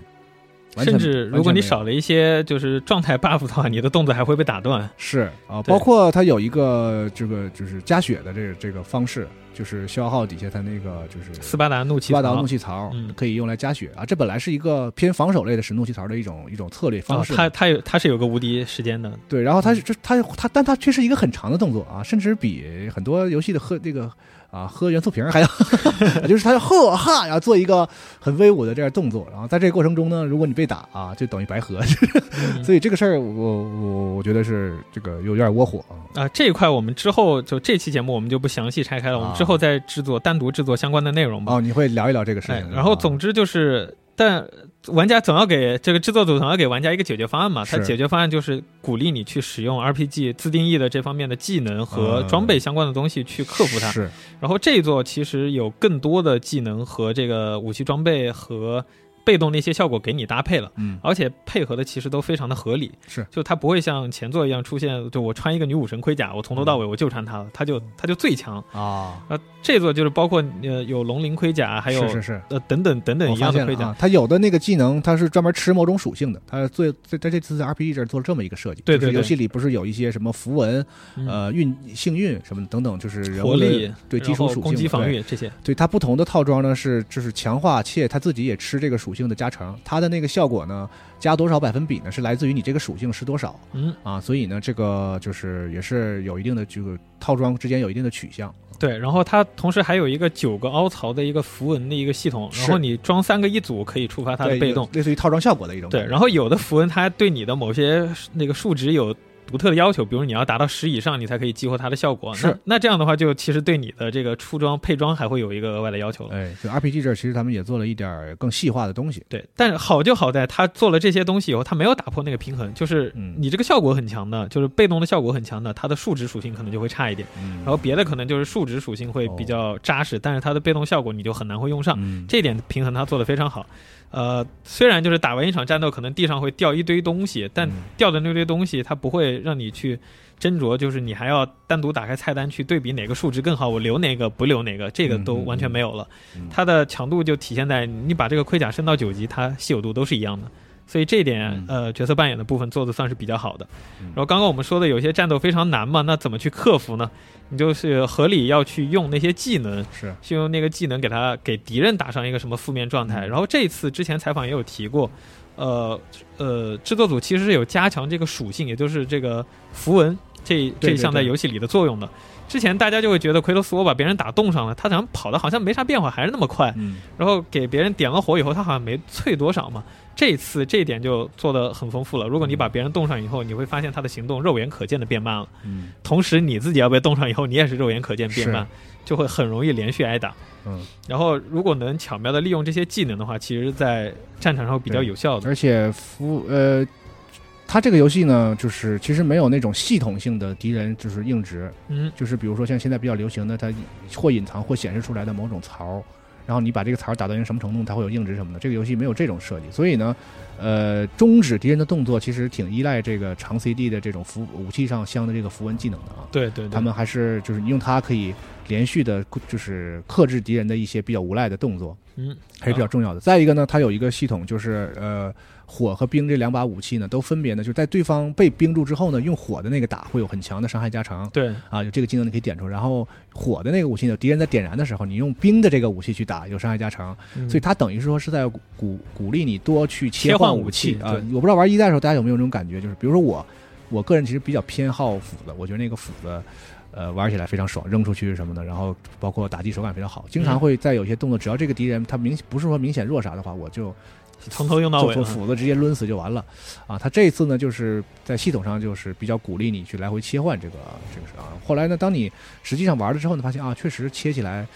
[SPEAKER 2] 完全
[SPEAKER 3] 甚至如果你少
[SPEAKER 2] 完全没有
[SPEAKER 3] 了一些就是状态 buff 的话，你的动作还会被打断。
[SPEAKER 2] 是啊、
[SPEAKER 3] 对
[SPEAKER 2] 包括它有一个这个就是加血的这个这个方式，就是消耗底下它那个就是
[SPEAKER 3] 斯巴达怒气
[SPEAKER 2] 七八
[SPEAKER 3] 槽，
[SPEAKER 2] 刀怒气槽
[SPEAKER 3] 嗯
[SPEAKER 2] 可以用来加血啊，这本来是一个偏防守类的使怒气槽的一种一种策略方
[SPEAKER 3] 哦
[SPEAKER 2] 式。
[SPEAKER 3] 它嗯它有它是有个无敌时间的，
[SPEAKER 2] 对，然后它是这它它，但它却是一个很长的动作啊，甚至比很多游戏的喝这个啊喝元素瓶儿还要， 就是它呵哈，然后做一个很威武的这样动作，然后在这个过程中呢，如果你被打啊，就等于白喝。
[SPEAKER 3] 嗯
[SPEAKER 2] 所以这个事儿，我我我觉得是这个有点窝火啊。
[SPEAKER 3] 啊，这一块我们之后就这期节目我们就不详细拆开了，我们之后再制作单独制作相关的内容吧。
[SPEAKER 2] 啊哦，你会聊一聊这个事
[SPEAKER 3] 哎
[SPEAKER 2] 情。，
[SPEAKER 3] 然后
[SPEAKER 2] 啊
[SPEAKER 3] 总之就是，但玩家总要给这个制作组总要给玩家一个解决方案嘛。
[SPEAKER 2] 是
[SPEAKER 3] 他解决方案就是鼓励你去使用 RPG 自定义的这方面的技能
[SPEAKER 2] 嗯
[SPEAKER 3] 和装备相关的东西去克服它。
[SPEAKER 2] 是
[SPEAKER 3] 然后这一座其实有更多的技能和这个武器装备和被动的一些效果给你搭配了。
[SPEAKER 2] 嗯
[SPEAKER 3] 而且配合的其实都非常的合理，
[SPEAKER 2] 是，
[SPEAKER 3] 就它不会像前作一样出现，就我穿一个女武神盔甲，我从头
[SPEAKER 2] 嗯
[SPEAKER 3] 到尾我就穿它了，它就它就最强。
[SPEAKER 2] 啊，
[SPEAKER 3] 呃，这座就是包括呃有龙鳞盔甲，还有
[SPEAKER 2] 哦是是是。
[SPEAKER 3] 呃等等等等
[SPEAKER 2] 我
[SPEAKER 3] 一
[SPEAKER 2] 发
[SPEAKER 3] 样的
[SPEAKER 2] 现
[SPEAKER 3] 盔
[SPEAKER 2] 了
[SPEAKER 3] 甲，
[SPEAKER 2] 啊，它有的那个技能，它是专门吃某种属性的。它最在在这次的 RPG 这儿做了这么一个设计，
[SPEAKER 3] 对
[SPEAKER 2] 就是
[SPEAKER 3] 对对
[SPEAKER 2] 游戏里不是有一些什么符文、
[SPEAKER 3] 嗯、
[SPEAKER 2] 呃运幸运什么等等，就是人
[SPEAKER 3] 活
[SPEAKER 2] 物的
[SPEAKER 3] 力、
[SPEAKER 2] 对基础
[SPEAKER 3] 然
[SPEAKER 2] 属性
[SPEAKER 3] 后攻击、防
[SPEAKER 2] 对
[SPEAKER 3] 御这些。
[SPEAKER 2] 对它不同的套装呢是就是强化，且它自己也吃这个属性的加成。它的那个效果呢，加多少百分比呢，是来自于你这个属性是多少
[SPEAKER 3] 嗯，
[SPEAKER 2] 啊。所以呢，这个就是也是有一定的这个套装之间有一定的取向。
[SPEAKER 3] 对。然后它同时还有一个九个凹槽的一个符文的一个系统，然
[SPEAKER 2] 是
[SPEAKER 3] 后你装三个一组可以触发它的
[SPEAKER 2] 对
[SPEAKER 3] 被
[SPEAKER 2] 有
[SPEAKER 3] 动。
[SPEAKER 2] 类似于套装效果的一种感
[SPEAKER 3] 对，
[SPEAKER 2] 觉。
[SPEAKER 3] 然后有的符文它对你的某些那个数值有独特的要求，比如你要达到十以上，你才可以激活它的效果。
[SPEAKER 2] 是
[SPEAKER 3] 那，那这样的话，就其实对你的这个出装配装还会有一个额外的要求了。
[SPEAKER 2] 哎，就 RPG 这儿其实他们也做了一点儿更细化的东西。
[SPEAKER 3] 对，但是好就好在它做了这些东西以后，它没有打破那个平衡，就是
[SPEAKER 2] 嗯
[SPEAKER 3] 你这个效果很强的，就是被动的效果很强的，它的数值属性可能就会差一点，
[SPEAKER 2] 嗯哦
[SPEAKER 3] 然后别的可能就是数值属性会比较扎实，但是它的被动效果你就很难会用上。
[SPEAKER 2] 嗯，
[SPEAKER 3] 这点平衡他做的非常好。呃，虽然就是打完一场战斗，可能地上会掉一堆东西，但
[SPEAKER 2] 嗯
[SPEAKER 3] 掉的那堆东西，它不会让你去斟酌，就是你还要单独打开菜单去对比哪个数值更好，我留哪个不留哪个，这个都
[SPEAKER 2] 嗯嗯
[SPEAKER 3] 完全没有了。
[SPEAKER 2] 嗯
[SPEAKER 3] 它的强度就体现在你把这个盔甲升到九级，它稀有度都是一样的。所以这一点
[SPEAKER 2] 嗯，
[SPEAKER 3] 呃，角色扮演的部分做的算是比较好的。
[SPEAKER 2] 嗯
[SPEAKER 3] 然后刚刚我们说的有些战斗非常难嘛，那怎么去克服呢？你就是合理要去用那些技能，
[SPEAKER 2] 是
[SPEAKER 3] 是用那个技能给他给敌人打上一个什么负面状态。
[SPEAKER 2] 嗯
[SPEAKER 3] 然后这一次之前采访也有提过，呃呃，制作组其实是有加强这个属性，也就是这个符文这
[SPEAKER 2] 对
[SPEAKER 3] 这
[SPEAKER 2] 对
[SPEAKER 3] 一项在游戏里的作用的。之前大家就会觉得奎托斯我把别人打冻上了，他好像跑的好像没啥变化，还是那么快。
[SPEAKER 2] 嗯
[SPEAKER 3] 然后给别人点了火以后，他好像没脆多少嘛。这一次这一点就做的很丰富了。如果你把别人冻上以后，你会发现他的行动肉眼可见的变慢了。
[SPEAKER 2] 嗯
[SPEAKER 3] 同时你自己要被冻上以后，你也是肉眼可见变
[SPEAKER 2] 是
[SPEAKER 3] 慢，就会很容易连续挨打。
[SPEAKER 2] 嗯，
[SPEAKER 3] 然后如果能巧妙的利用这些技能的话，其实，在战场上会比较有效的。
[SPEAKER 2] 而且服呃，它这个游戏呢，就是其实没有那种系统性的敌人就是硬直，
[SPEAKER 3] 嗯，
[SPEAKER 2] 就是比如说像现在比较流行的，它或隐藏或显示出来的某种槽。然后你把这个槽打到一个什么程度，它会有硬直什么的。这个游戏没有这种设计，所以呢，呃，终止敌人的动作其实挺依赖这个长 CD 的这种符武器上镶的这个符文技能的啊。
[SPEAKER 3] 对对对，
[SPEAKER 2] 他们还是就是你用它可以连续的，就是克制敌人的一些比较无赖的动作，
[SPEAKER 3] 嗯
[SPEAKER 2] 还是比较重要的。再一个呢，它有一个系统，就是呃火和冰这两把武器呢，都分别呢就在对方被冰住之后呢，用火的那个打会有很强的伤害加成
[SPEAKER 3] 对
[SPEAKER 2] 啊，有这个技能你可以点出。然后火的那个武器呢，敌人在点燃的时候，你用冰的这个武器去打有伤害加成，
[SPEAKER 3] 嗯
[SPEAKER 2] 所以它等于是说是在鼓鼓鼓励你多去
[SPEAKER 3] 切
[SPEAKER 2] 切
[SPEAKER 3] 换
[SPEAKER 2] 换
[SPEAKER 3] 武
[SPEAKER 2] 武器
[SPEAKER 3] 器
[SPEAKER 2] 啊、
[SPEAKER 3] 对
[SPEAKER 2] 我不知道玩一代的时候大家有没有这种感觉，就是比如说我，我个人其实比较偏好斧子，我觉得那个斧子。呃，玩起来非常爽，扔出去什么的，然后包括打击手感非常好，经常
[SPEAKER 3] 嗯
[SPEAKER 2] 会在有些动作，只要这个敌人他明不是说明显弱啥的话，我就
[SPEAKER 3] 从头用到尾
[SPEAKER 2] 就。斧子直接抡死就完了啊！他这一次呢，就是在系统上就是比较鼓励你去来回切换这个这个事啊。后来呢，当你实际上玩了之后呢，发现啊，确实切起来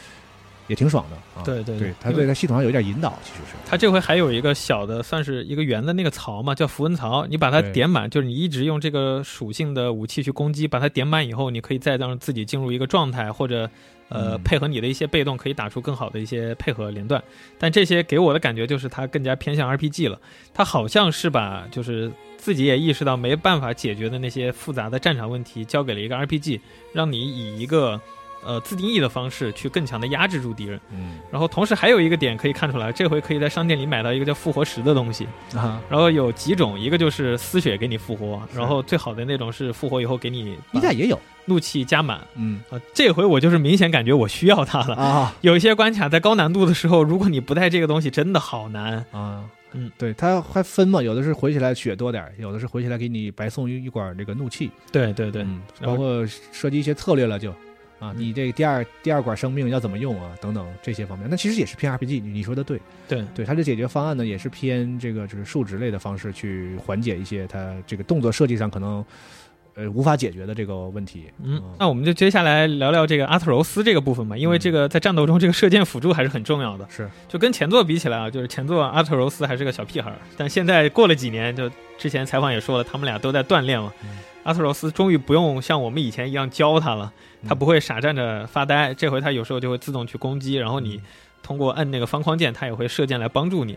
[SPEAKER 2] 也挺爽的啊。
[SPEAKER 3] 对对
[SPEAKER 2] 对
[SPEAKER 3] 对，
[SPEAKER 2] 他对他系统上有一点引导，其实是
[SPEAKER 3] 它这回还有一个小的，算是一个圆的那个槽嘛，叫符文槽。你把它
[SPEAKER 2] 对
[SPEAKER 3] 点满，就是你一直用这个属性的武器去攻击，把它点满以后，你可以再让自己进入一个状态，或者呃、
[SPEAKER 2] 嗯
[SPEAKER 3] 配合你的一些被动，可以打出更好的一些配合连段。但这些给我的感觉就是它更加偏向 RPG 了，它好像是把就是自己也意识到没办法解决的那些复杂的战场问题交给了一个 RPG，让你以一个呃自定义的方式去更强的压制住敌人。
[SPEAKER 2] 嗯
[SPEAKER 3] 然后同时还有一个点可以看出来，这回可以在商店里买到一个叫复活石的东西，
[SPEAKER 2] 啊，
[SPEAKER 3] 然后有几种，一个就是丝血给你复活，
[SPEAKER 2] 是
[SPEAKER 3] 然后最好的那种是复活以后给你啊
[SPEAKER 2] 一代也有
[SPEAKER 3] 怒气加满
[SPEAKER 2] 嗯
[SPEAKER 3] 啊。这回我就是明显感觉我需要它了。
[SPEAKER 2] 啊
[SPEAKER 3] 有一些关卡在高难度的时候，如果你不带这个东西，真的好难。
[SPEAKER 2] 啊
[SPEAKER 3] 嗯，
[SPEAKER 2] 对，他还分嘛，有的是回起来血多点儿，有的是回起来给你白送一一管这个怒气，
[SPEAKER 3] 对对对，
[SPEAKER 2] 嗯
[SPEAKER 3] 然
[SPEAKER 2] 包
[SPEAKER 3] 后
[SPEAKER 2] 括涉及一些策略了就。啊，
[SPEAKER 3] 嗯
[SPEAKER 2] 你这第二第二管生命要怎么用啊？等等这些方面，那其实也是偏 RPG，你你说的对。
[SPEAKER 3] 对
[SPEAKER 2] 对它的解决方案呢，也是偏这个就是数值类的方式去缓解一些它这个动作设计上可能呃无法解决的这个问题。
[SPEAKER 3] 嗯，那我们就接下来聊聊这个阿特柔斯这个部分吧，因为这个在战斗中，这个射箭辅助还是很重要的。
[SPEAKER 2] 是
[SPEAKER 3] 就跟前作比起来啊，就是前作阿特柔斯还是个小屁孩儿，但现在过了几年，就之前采访也说了，他们俩都在锻炼嘛。
[SPEAKER 2] 嗯
[SPEAKER 3] 阿特柔斯终于不用像我们以前一样教他了，
[SPEAKER 2] 嗯
[SPEAKER 3] 他不会傻站着发呆，这回他有时候就会自动去攻击，然后
[SPEAKER 2] 嗯
[SPEAKER 3] 你通过按那个方框键，他也会射箭来帮助你。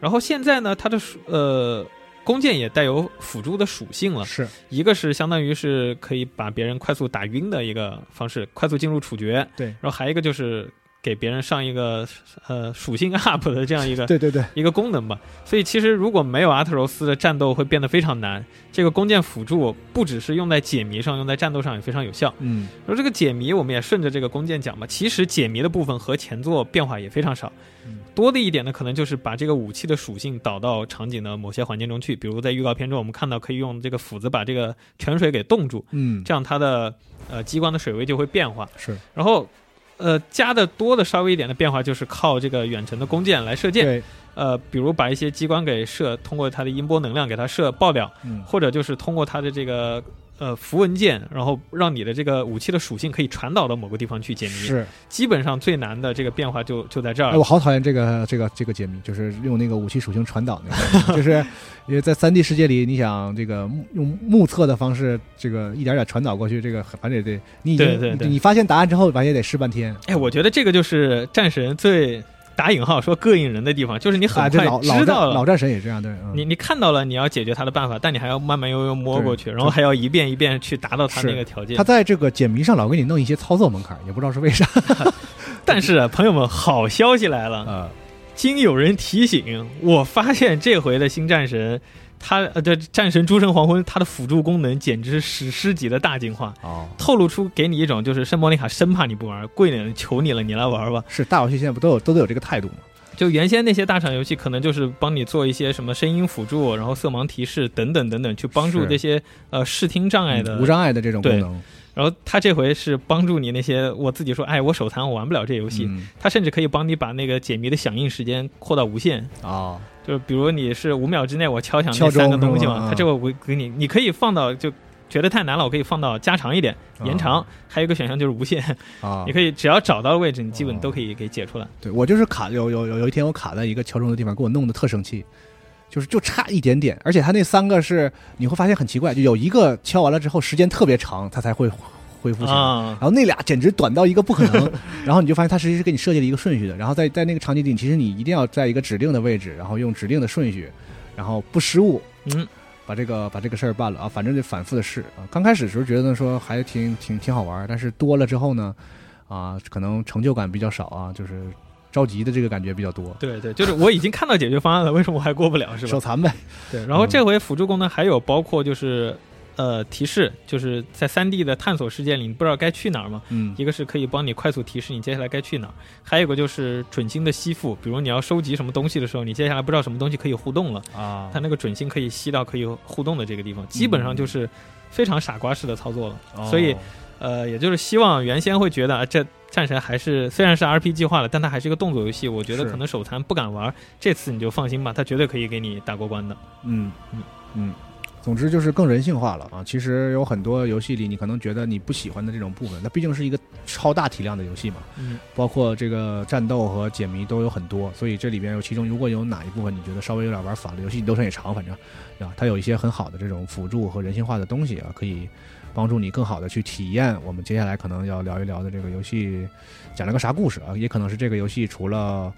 [SPEAKER 3] 然后现在呢，他的属呃弓箭也带有辅助的属性了，
[SPEAKER 2] 是
[SPEAKER 3] 一个是相当于是可以把别人快速打晕的一个方式，快速进入处决。
[SPEAKER 2] 对
[SPEAKER 3] 然后还有一个就是给别人上一个呃属性 up 的这样一个
[SPEAKER 2] 对对对，
[SPEAKER 3] 一个功能吧。所以其实如果没有阿特柔斯的战斗会变得非常难。这个弓箭辅助不只是用在解谜上，用在战斗上也非常有效。
[SPEAKER 2] 嗯
[SPEAKER 3] 然后这个解谜我们也顺着这个弓箭讲吧。其实解谜的部分和前作变化也非常少
[SPEAKER 2] 嗯，
[SPEAKER 3] 多的一点呢，可能就是把这个武器的属性导到场景的某些环境中去。比如在预告片中，我们看到可以用这个斧子把这个泉水给冻住，
[SPEAKER 2] 嗯，
[SPEAKER 3] 这样它的呃激光的水位就会变化。
[SPEAKER 2] 是
[SPEAKER 3] 然后，呃，加的多的稍微一点的变化就是靠这个远程的弓箭来射箭，
[SPEAKER 2] 对，
[SPEAKER 3] 呃，比如把一些激光给射，通过它的音波能量给它射爆掉，
[SPEAKER 2] 嗯
[SPEAKER 3] 或者就是通过它的这个呃符文键，然后让你的这个武器的属性可以传导到某个地方去解谜。啊
[SPEAKER 2] 是。
[SPEAKER 3] 基本上最难的这个变化就就在这儿
[SPEAKER 2] 哎，我。好讨厌这个这个这个解谜，就是用那个武器属性传导那个，就是因为在三 D 世界里，你想这个目用目测的方式，这个一点点传导过去，这个反正也得你已经
[SPEAKER 3] 对对对
[SPEAKER 2] 你发现答案之后，反正也得试半天。
[SPEAKER 3] 哎，我觉得这个就是战神最打引号说膈应人的地方，就是你
[SPEAKER 2] 啊，
[SPEAKER 3] 很
[SPEAKER 2] 这
[SPEAKER 3] 快
[SPEAKER 2] 老老
[SPEAKER 3] 知道
[SPEAKER 2] 战
[SPEAKER 3] 了
[SPEAKER 2] 老。战神也这样，对，嗯
[SPEAKER 3] 你你看到了你要解决他的办法，但你还要慢慢悠悠摸过去，
[SPEAKER 2] 对
[SPEAKER 3] 然后还要一遍一遍去达到他
[SPEAKER 2] 是
[SPEAKER 3] 那个条件
[SPEAKER 2] 他。在这个解谜上老给你弄一些操作门槛，也不知道是为啥。
[SPEAKER 3] 但是啊朋友们，好消息来了！
[SPEAKER 2] 呃，
[SPEAKER 3] 经有人提醒，我发现这回的新战神，他呃，这战神诸神黄昏，它的辅助功能简直是史诗级的大进化，
[SPEAKER 2] 哦，
[SPEAKER 3] 透露出给你一种就是圣莫妮卡生怕你不玩，跪脸求你了，你来玩吧。
[SPEAKER 2] 是大游戏现在不都有都得有这个态度吗？
[SPEAKER 3] 就原先那些大厂游戏，可能就是帮你做一些什么声音辅助，然后色盲提示等等等等，去帮助
[SPEAKER 2] 是嗯
[SPEAKER 3] 这些呃视听障碍的
[SPEAKER 2] 无障碍的这种功能，
[SPEAKER 3] 然后他这回是帮助你那些我自己说，哎，我手残，我玩不了这游戏。
[SPEAKER 2] 嗯
[SPEAKER 3] 他甚至可以帮你把那个解谜的响应时间扩到无限，
[SPEAKER 2] 哦，
[SPEAKER 3] 就是比如你是五秒之内我敲响
[SPEAKER 2] 敲
[SPEAKER 3] 那
[SPEAKER 2] 钟
[SPEAKER 3] 三个东西
[SPEAKER 2] 是
[SPEAKER 3] 嘛
[SPEAKER 2] 吧，啊
[SPEAKER 3] 他这个我给你，你可以放到就觉得太难了，我可以放到加长一点、延长，还有一个选项就是无限，
[SPEAKER 2] 啊
[SPEAKER 3] 你，可以只要找到位置，你基本
[SPEAKER 2] 哦
[SPEAKER 3] 都可以给解出来。
[SPEAKER 2] 对我就是卡有有有有一天我卡在一个敲钟的地方，给我弄得特生气，就是就差一点点，而且它那三个是你会发现很奇怪，就有一个敲完了之后时间特别长，它才会恢复起来。
[SPEAKER 3] 啊
[SPEAKER 2] 然，后那俩简直短到一个不可 能，然后你就发现它实际是给你设计了一个顺序的，然后在在那个场景里，其实你一定要在一个指定的位置，然后用指定的顺序，然后不失误，
[SPEAKER 3] 嗯，
[SPEAKER 2] 把这个把这个事儿办了啊，反正就反复的试啊。刚开始的时候觉得说还挺挺挺好玩儿，但是多了之后呢，啊，可能成就感比较少啊，就是着急的这个感觉比较多，
[SPEAKER 3] 对对，就是我已经看到解决方案了，为 什么我还过不了，是吧
[SPEAKER 2] 手？残呗。
[SPEAKER 3] 对，然
[SPEAKER 2] 嗯
[SPEAKER 3] 后这回辅助功能还有包括就是，呃，提示，就是在三 D 的探索世界里，你不知道该去哪儿嘛，
[SPEAKER 2] 嗯
[SPEAKER 3] 一个是可以帮你快速提示你接下来该去哪儿，还有一个就是准星的吸附，比如你要收集什么东西的时候，你接下来不知道什么东西可以互动了，
[SPEAKER 2] 啊
[SPEAKER 3] 它那个准星可以吸到可以互动的这个地方，基本上
[SPEAKER 2] 哦
[SPEAKER 3] 就是非常傻瓜式的操作了。所以，呃，也就是希望原先会觉得啊，这战神还是虽然是 RPG 化了，但它还是一个动作游戏，我觉得
[SPEAKER 2] 是
[SPEAKER 3] 可能手残不敢玩，这次你就放心吧，它绝对可以给你打过关的。
[SPEAKER 2] 嗯嗯
[SPEAKER 3] 嗯
[SPEAKER 2] 嗯，总之就是更人性化了啊。其实有很多游戏里，你可能觉得你不喜欢的这种部分，它毕竟是一个超大体量的游戏嘛，
[SPEAKER 3] 嗯，
[SPEAKER 2] 包括这个战斗和解谜都有很多，所以这里边有其中如果有哪一部分你觉得稍微有点玩反了，游戏流程也长，反正啊，它有一些很好的这种辅助和人性化的东西啊，可以帮助你更好的去体验我们接下来可能要聊一聊的这个游戏讲了个啥故事啊，也可能是这个游戏除了。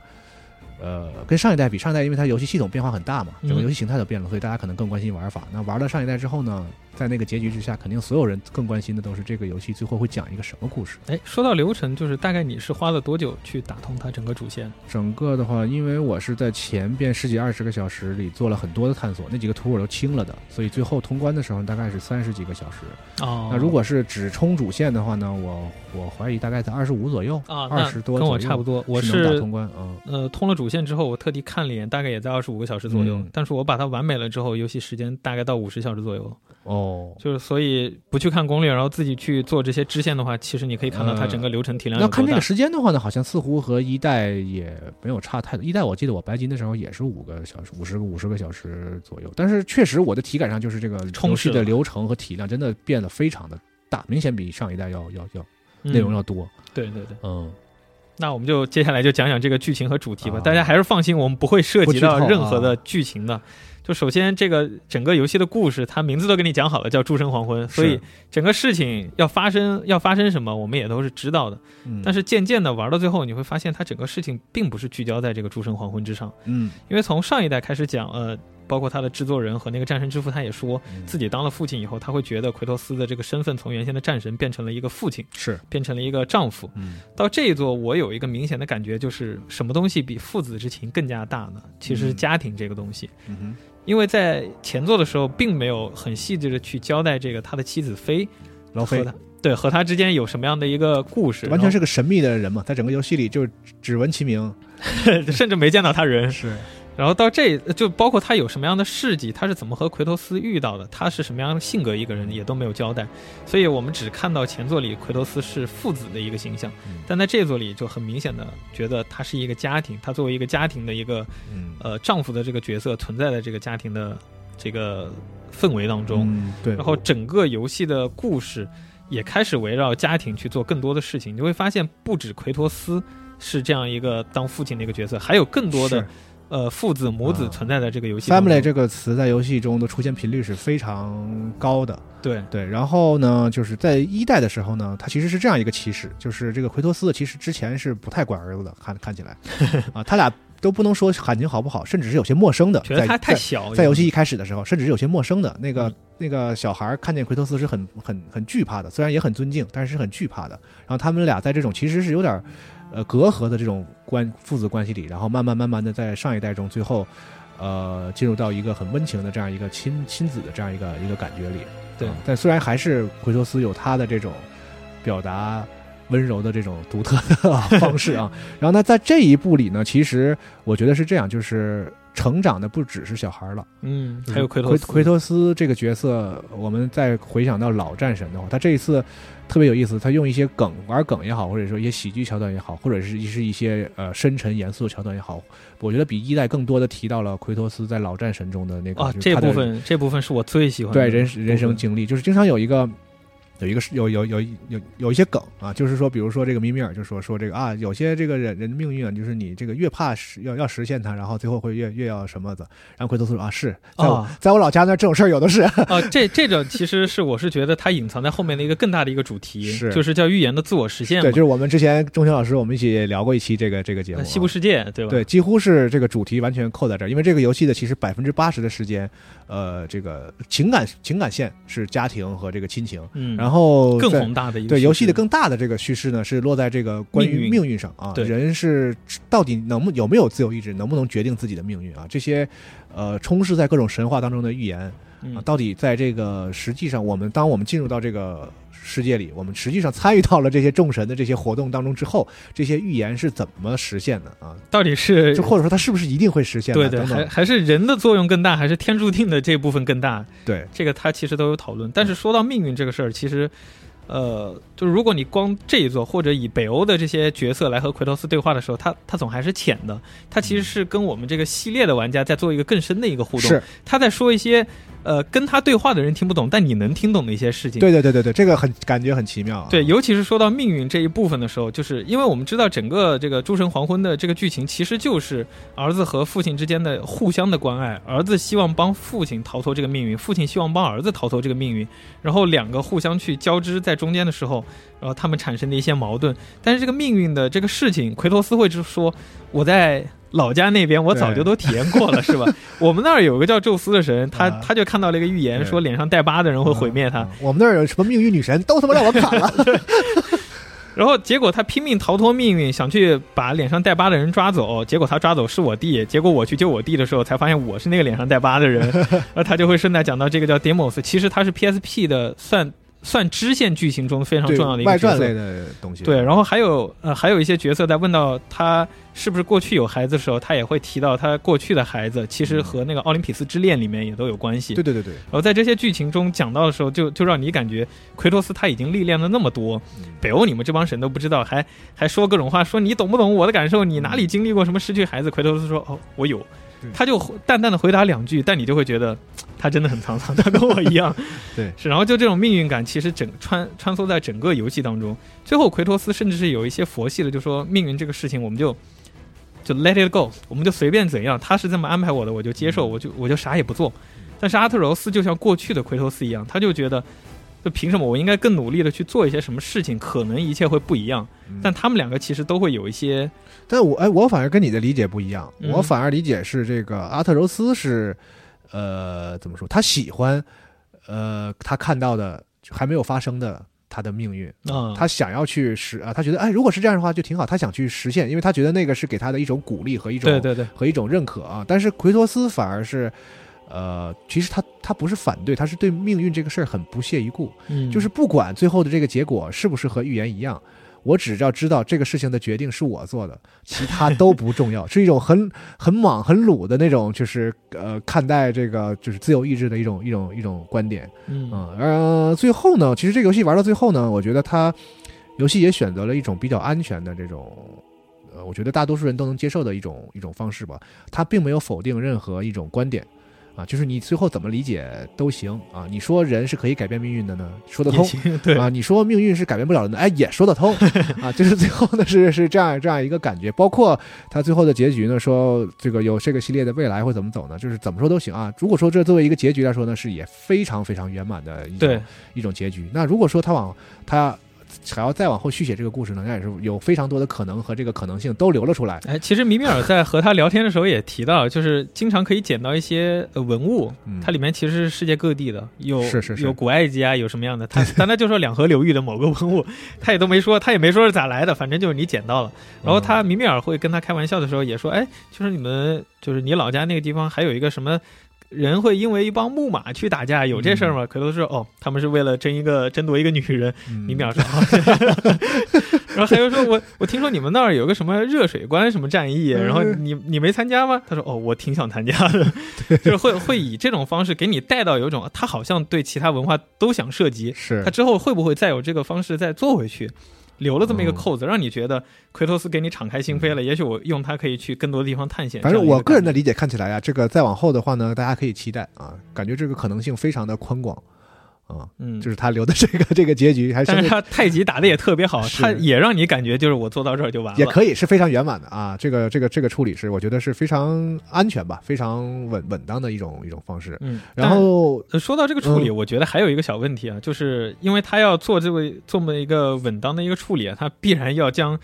[SPEAKER 2] 呃，跟上一代比，上一代因为它游戏系统变化很大嘛，整个
[SPEAKER 3] 嗯
[SPEAKER 2] 游戏形态都变了，所以大家可能更关心玩法。那玩了上一代之后呢，在那个结局之下，肯定所有人更关心的都是这个游戏最后会讲一个什么故事。
[SPEAKER 3] 哎，说到流程，就是大概你是花了多久去打通它整个主线？
[SPEAKER 2] 整个的话，因为我是在前边十几二十个小时里做了很多的探索，那几个图我都清了的，所以最后通关的时候大概是三十几个小时。
[SPEAKER 3] 哦
[SPEAKER 2] 那如果是只冲主线的话呢，我我怀疑大概在二十五左右，
[SPEAKER 3] 啊，
[SPEAKER 2] 二十多左
[SPEAKER 3] 跟
[SPEAKER 2] 右
[SPEAKER 3] 我差不多，哦我
[SPEAKER 2] 是能打
[SPEAKER 3] 是
[SPEAKER 2] 通关啊。
[SPEAKER 3] 呃通了主线之后，我特地看了一眼，大概也在二十五个小时左右，
[SPEAKER 2] 嗯
[SPEAKER 3] 但是我把它完美了之后，游戏时间大概到五十小时左右，
[SPEAKER 2] 哦，
[SPEAKER 3] 就是所以不去看攻略，然后自己去做这些支线的话，其实你可以看到它整个流程体量有
[SPEAKER 2] 那
[SPEAKER 3] 多大。
[SPEAKER 2] 看这个时间的话呢，好像似乎和一代也没有差太多。一代我记得我白金的时候也是五个小时，五十个五十个小时左右。但是确实我的体感上就是这个
[SPEAKER 3] 充
[SPEAKER 2] 游
[SPEAKER 3] 实
[SPEAKER 2] 戏
[SPEAKER 3] 了
[SPEAKER 2] 的流程和体量真的变得非常的大，明显比上一代要要要内容
[SPEAKER 3] 嗯
[SPEAKER 2] 要多。
[SPEAKER 3] 对对对，
[SPEAKER 2] 嗯，
[SPEAKER 3] 那我们就接下来就讲讲这个剧情和主题吧。
[SPEAKER 2] 啊
[SPEAKER 3] 大家还是放心，我们不会涉及到
[SPEAKER 2] 不剧透啊
[SPEAKER 3] 任何的剧情的。就首先这个整个游戏的故事，它名字都给你讲好了，叫《诸神黄昏》，所以
[SPEAKER 2] 是
[SPEAKER 3] 整个事情要发生要发生什么，我们也都是知道的。
[SPEAKER 2] 嗯
[SPEAKER 3] 但是渐渐的玩到最后，你会发现它整个事情并不是聚焦在这个诸神黄昏之上，
[SPEAKER 2] 嗯，
[SPEAKER 3] 因为从上一代开始讲，呃，包括他的制作人和那个战神之父，他也说
[SPEAKER 2] 嗯
[SPEAKER 3] 自己当了父亲以后，他会觉得奎托斯的这个身份从原先的战神变成了一个父亲，
[SPEAKER 2] 嗯是
[SPEAKER 3] 变成了一个丈夫。
[SPEAKER 2] 嗯
[SPEAKER 3] 到这一座，我有一个明显的感觉，就是什么东西比父子之情更加大呢？其实是
[SPEAKER 2] 嗯
[SPEAKER 3] 家庭这个东西，
[SPEAKER 2] 嗯哼
[SPEAKER 3] 因为在前作的时候，并没有很细致的去交代这个他的妻子菲
[SPEAKER 2] 劳
[SPEAKER 3] 和
[SPEAKER 2] 菲
[SPEAKER 3] 他对和他之间有什么样的一个故事，
[SPEAKER 2] 完全是
[SPEAKER 3] 然
[SPEAKER 2] 个神秘的人嘛，在整个游戏里就是只闻其名，
[SPEAKER 3] 后甚至没见到他人，
[SPEAKER 2] 是
[SPEAKER 3] 然后到这就包括他有什么样的事迹，他是怎么和奎托斯遇到的，他是什么样的性格一个人也都没有交代，所以我们只看到前作里奎托斯是父子的一个形象，
[SPEAKER 2] 嗯
[SPEAKER 3] 但在这作里就很明显的觉得他是一个家庭，他作为一个家庭的一个
[SPEAKER 2] 嗯
[SPEAKER 3] 呃丈夫的这个角色存在在这个家庭的这个氛围当中，
[SPEAKER 2] 嗯对，
[SPEAKER 3] 然后整个游戏的故事也开始围绕家庭去做更多的事情，你会发现不止奎托斯是这样一个当父亲的一个角色，还有更多的
[SPEAKER 2] 是。
[SPEAKER 3] 呃父子母子
[SPEAKER 2] 啊
[SPEAKER 3] 存在在这个游戏当中。
[SPEAKER 2] family 这个词在游戏中的出现频率是非常高的。
[SPEAKER 3] 对，
[SPEAKER 2] 对，然后呢，就是在一代的时候呢，他其实是这样一个起始，就是这个奎托斯其实之前是不太管儿子的，看看 起来啊，他俩都不能说感情好不好，甚至是有些陌生的，
[SPEAKER 3] 觉得
[SPEAKER 2] 在
[SPEAKER 3] 他太
[SPEAKER 2] 在
[SPEAKER 3] 小，
[SPEAKER 2] 在游戏一开始的时候，甚至是有些陌生的那个、
[SPEAKER 3] 哦嗯
[SPEAKER 2] 那个小孩儿看见奎托斯是很很很惧怕的，虽然也很尊敬，但是是很惧怕的。然后他们俩在这种其实是有点儿呃隔阂的这种关父子关系里，然后慢慢慢慢的在上一代中，最后呃进入到一个很温情的这样一个亲亲子的这样一个一个感觉里。
[SPEAKER 3] 对
[SPEAKER 2] 啊但虽然还是奎托斯有他的这种表达温柔的这种独特的方式啊，然后呢，在这一步里呢，其实我觉得是这样，就是成长的不只是小孩儿了。
[SPEAKER 3] 嗯，还有奎
[SPEAKER 2] 奎
[SPEAKER 3] 托
[SPEAKER 2] 奎托斯这个角色，我们再回想到老战神的话，他这一次特别有意思，他用一些梗玩梗也好，或者说一些喜剧桥段也好，或者是是一些呃深沉严肃的桥段也好，我觉得比一代更多的提到了奎托斯在老战神中的那个
[SPEAKER 3] 啊，
[SPEAKER 2] 就是
[SPEAKER 3] 这
[SPEAKER 2] 他的
[SPEAKER 3] 部分这部分是我最喜欢的嗯
[SPEAKER 2] 对人人生
[SPEAKER 3] 分
[SPEAKER 2] 经历，就是经常有一个有一个有有有有有一些梗啊，就是说，比如说这个米米尔就说说这个啊，有些这个人人的命运啊，就是你这个越怕实要要实现它，然后最后会越越要什么的。然后奎托斯说啊，是在我、
[SPEAKER 3] 啊
[SPEAKER 2] 在我老家那儿这种事儿有的是，
[SPEAKER 3] 啊，这这种其实是我是觉得它隐藏在后面的一个更大的一个主题，
[SPEAKER 2] 是
[SPEAKER 3] 就是叫预言的自我实现
[SPEAKER 2] 对，
[SPEAKER 3] 嘛，
[SPEAKER 2] 就是我们之前钟情老师我们一起也聊过一期这个这个节目、啊，
[SPEAKER 3] 呃西部世界对吧？
[SPEAKER 2] 对，几乎是这个主题完全扣在这儿，因为这个游戏的其实百分之八十的时间，呃，这个情感情感线是家庭和这个亲情，
[SPEAKER 3] 嗯，
[SPEAKER 2] 然后
[SPEAKER 3] 更
[SPEAKER 2] 在
[SPEAKER 3] 宏大的一个
[SPEAKER 2] 对
[SPEAKER 3] 叙
[SPEAKER 2] 游戏的
[SPEAKER 3] 事
[SPEAKER 2] 更大的这个叙事呢，是落在这个关
[SPEAKER 3] 命
[SPEAKER 2] 于
[SPEAKER 3] 运
[SPEAKER 2] 命运上啊，
[SPEAKER 3] 对
[SPEAKER 2] 人是到底能不有没有自由意志，能不能决定自己的命运啊？这些呃充斥在各种神话当中的预言啊，
[SPEAKER 3] 嗯
[SPEAKER 2] 到底在这个实际上，我们当我们进入到这个世界里，我们实际上参与到了这些众神的这些活动当中之后，这些预言是怎么实现的啊？
[SPEAKER 3] 到底是
[SPEAKER 2] 就或者说它是不是一定会实现的？
[SPEAKER 3] 对对，
[SPEAKER 2] 等
[SPEAKER 3] 还
[SPEAKER 2] 等，
[SPEAKER 3] 还是人的作用更大，还是天注定的这部分更大？
[SPEAKER 2] 对，
[SPEAKER 3] 这个它其实都有讨论。但是说到命运这个事儿，其实呃，就是如果你光这一座或者以北欧的这些角色来和奎托斯对话的时候，他他总还是浅的，他其实是跟我们这个系列的玩家在做一个更深的一个互动，
[SPEAKER 2] 是
[SPEAKER 3] 他在说一些呃跟他对话的人听不懂，但你能听懂的一些事情。
[SPEAKER 2] 对对对对对，这个很感觉很奇妙、啊。
[SPEAKER 3] 对，尤其是说到命运这一部分的时候，就是因为我们知道整个这个《诸神黄昏》的这个剧情，其实就是儿子和父亲之间的互相的关爱。儿子希望帮父亲逃脱这个命运，父亲希望帮儿子逃脱这个命运，然后两个互相去交织在中间的时候，然后他们产生的一些矛盾。但是这个命运的这个事情，奎托斯会就说我在。老家那边我早就都体验过了，是吧？ 我们那儿有个叫宙斯的神，他
[SPEAKER 2] 啊
[SPEAKER 3] 他就看到了一个预言，
[SPEAKER 2] 对
[SPEAKER 3] 说脸上带疤的人会毁灭他
[SPEAKER 2] 嗯。。嗯我们那儿有什么命运女神，都他妈让我砍了。
[SPEAKER 3] 然后结果他拼命逃脱命运，想去把脸上带疤的人抓走。结果他抓走是我弟，结果我去救我弟的时候，才发现我是那个脸上带疤 的人。然后他就会顺带讲到这个叫 Demos，其实他是 PSP 的算算支线剧情中非常
[SPEAKER 2] 对
[SPEAKER 3] 重要的一个
[SPEAKER 2] 外
[SPEAKER 3] 角
[SPEAKER 2] 传
[SPEAKER 3] 色
[SPEAKER 2] 类。的东西。
[SPEAKER 3] 对，然后还有呃，还有一些角色在问到他是不是过去有孩子的时候，他也会提到他过去的孩子，其
[SPEAKER 2] 嗯
[SPEAKER 3] 实和那个《奥林匹斯之恋》里面也都有关系。
[SPEAKER 2] 对对对对，
[SPEAKER 3] 然后在这些剧情中讲到的时候，就就让你感觉奎托斯他已经历练了那么多，
[SPEAKER 2] 嗯
[SPEAKER 3] 北欧你们这帮神都不知道，还还说各种话，说你懂不懂我的感受？你哪里经历过什么失去孩子？奎托斯说：“哦，我有。
[SPEAKER 2] 嗯对”
[SPEAKER 3] 他就淡淡的回答两句，但你就会觉得嘖他真的很沧桑，他跟我一样。
[SPEAKER 2] 对
[SPEAKER 3] 是。然后就这种命运感，其实整穿穿梭在整个游戏当中。最后，奎托斯甚至是有一些佛系的，就说命运这个事情，我们就就 let it go，我们就随便怎样，他是这么安排我的，我就接
[SPEAKER 2] 嗯
[SPEAKER 3] 受，我就我就啥也不做。但是阿特柔斯就像过去的奎托斯一样，他就觉得，就凭什么我应该更努力的去做一些什么事情，可能一切会不一样。
[SPEAKER 2] 嗯
[SPEAKER 3] 但他们两个其实都会有一些，
[SPEAKER 2] 但我哎，我反而跟你的理解不一样，
[SPEAKER 3] 嗯
[SPEAKER 2] 我反而理解是这个阿特柔斯是，呃，怎么说？他喜欢，呃，他看到的还没有发生的他的命运，
[SPEAKER 3] 嗯，
[SPEAKER 2] 他想要去实啊，他觉得哎，如果是这样的话就挺好，他想去实现，因为他觉得那个是给他的一种鼓励和一种
[SPEAKER 3] 对对对，
[SPEAKER 2] 和一种认可啊。但是奎托斯反而是，呃，其实他他不是反对，他是对命运这个事儿很不屑一顾。
[SPEAKER 3] 嗯，
[SPEAKER 2] 就是不管最后的这个结果是不是和预言一样，我只要知道这个事情的决定是我做的，其他都不重要， 是一种很很莽很鲁的那种，就是呃看待这个就是自由意志的一种一种一种观点
[SPEAKER 3] 嗯
[SPEAKER 2] 啊、嗯。呃，最后呢，其实这个游戏玩到最后呢，我觉得它游戏也选择了一种比较安全的这种。呃，我觉得大多数人都能接受的一种一种方式吧，它并没有否定任何一种观点，啊，就是你最后怎么理解都行啊。你说人是可以改变命运的呢，说得
[SPEAKER 3] 也
[SPEAKER 2] 通，
[SPEAKER 3] 行，对，
[SPEAKER 2] 啊，你说命运是改变不了人的，哎，也说得 通啊，就是最后呢是是这样这样一个感觉。包括他最后的结局呢，说这个有这个系列的未来会怎么走呢？就是怎么说都行啊。如果说这作为一个结局来说呢，是也非常非常圆满的一
[SPEAKER 3] 对
[SPEAKER 2] 种一种结局。那如果说他往他还要再往后续写这个故事呢，那也是有非常多的可能和这个可能性都留了出来。
[SPEAKER 3] 哎，其实米米尔在和他聊天的时候也提到，就是经常可以捡到一些呃文物，
[SPEAKER 2] 嗯，
[SPEAKER 3] 它里面其实是世界各地的，有
[SPEAKER 2] 是是是
[SPEAKER 3] 有古埃及啊，有什么样的？ 他但他就说两河流域的某个文物，他也都没说，他也没说是咋来的，反正就是你捡到了。
[SPEAKER 2] 嗯
[SPEAKER 3] 然后他米米尔会跟他开玩笑的时候也说，哎，就是你们就是你老家那个地方还有一个什么。人会因为一帮木马去打架，有这事儿吗？奎托斯说：“哦，他们是为了争一个争夺一个女人。”
[SPEAKER 2] 嗯
[SPEAKER 3] 米米尔说：“ 然后还有说我我听说你们那儿有个什么热水关什么战役，
[SPEAKER 2] 嗯
[SPEAKER 3] 然后你你没参加吗？”他说：“哦，我挺想参加的。” 就是会会以这种方式给你带到有一种他好像对其他文化都想涉及，
[SPEAKER 2] 是
[SPEAKER 3] 他之后会不会再有这个方式再做回去？留了这么一
[SPEAKER 2] 嗯
[SPEAKER 3] 个扣子，让你觉得奎托斯给你敞开心扉了。也许我用它可以去更多的地方探险。
[SPEAKER 2] 反正
[SPEAKER 3] 这样一
[SPEAKER 2] 嗯我个人
[SPEAKER 3] 感
[SPEAKER 2] 的理解看起来啊，这个再往后的话呢，大家可以期待啊，感觉这个可能性非常的宽广啊，
[SPEAKER 3] 觉，嗯，
[SPEAKER 2] 就是他留的这个 这个结局还
[SPEAKER 3] 但是
[SPEAKER 2] 是
[SPEAKER 3] 他太极打的也特别好，
[SPEAKER 2] 是
[SPEAKER 3] 他也让你感觉就是我做到这儿就完了。
[SPEAKER 2] 也可以是非常圆满的啊，这个这个这个处理是我觉得是非常安全吧，非常稳稳当的一种一种方式。
[SPEAKER 3] 嗯，
[SPEAKER 2] 然后
[SPEAKER 3] 呃，说到这个处理，
[SPEAKER 2] 嗯
[SPEAKER 3] 我觉得还有一个小问题啊，就是因为他要做这位这么一个稳当的一个处理啊，他必然要将。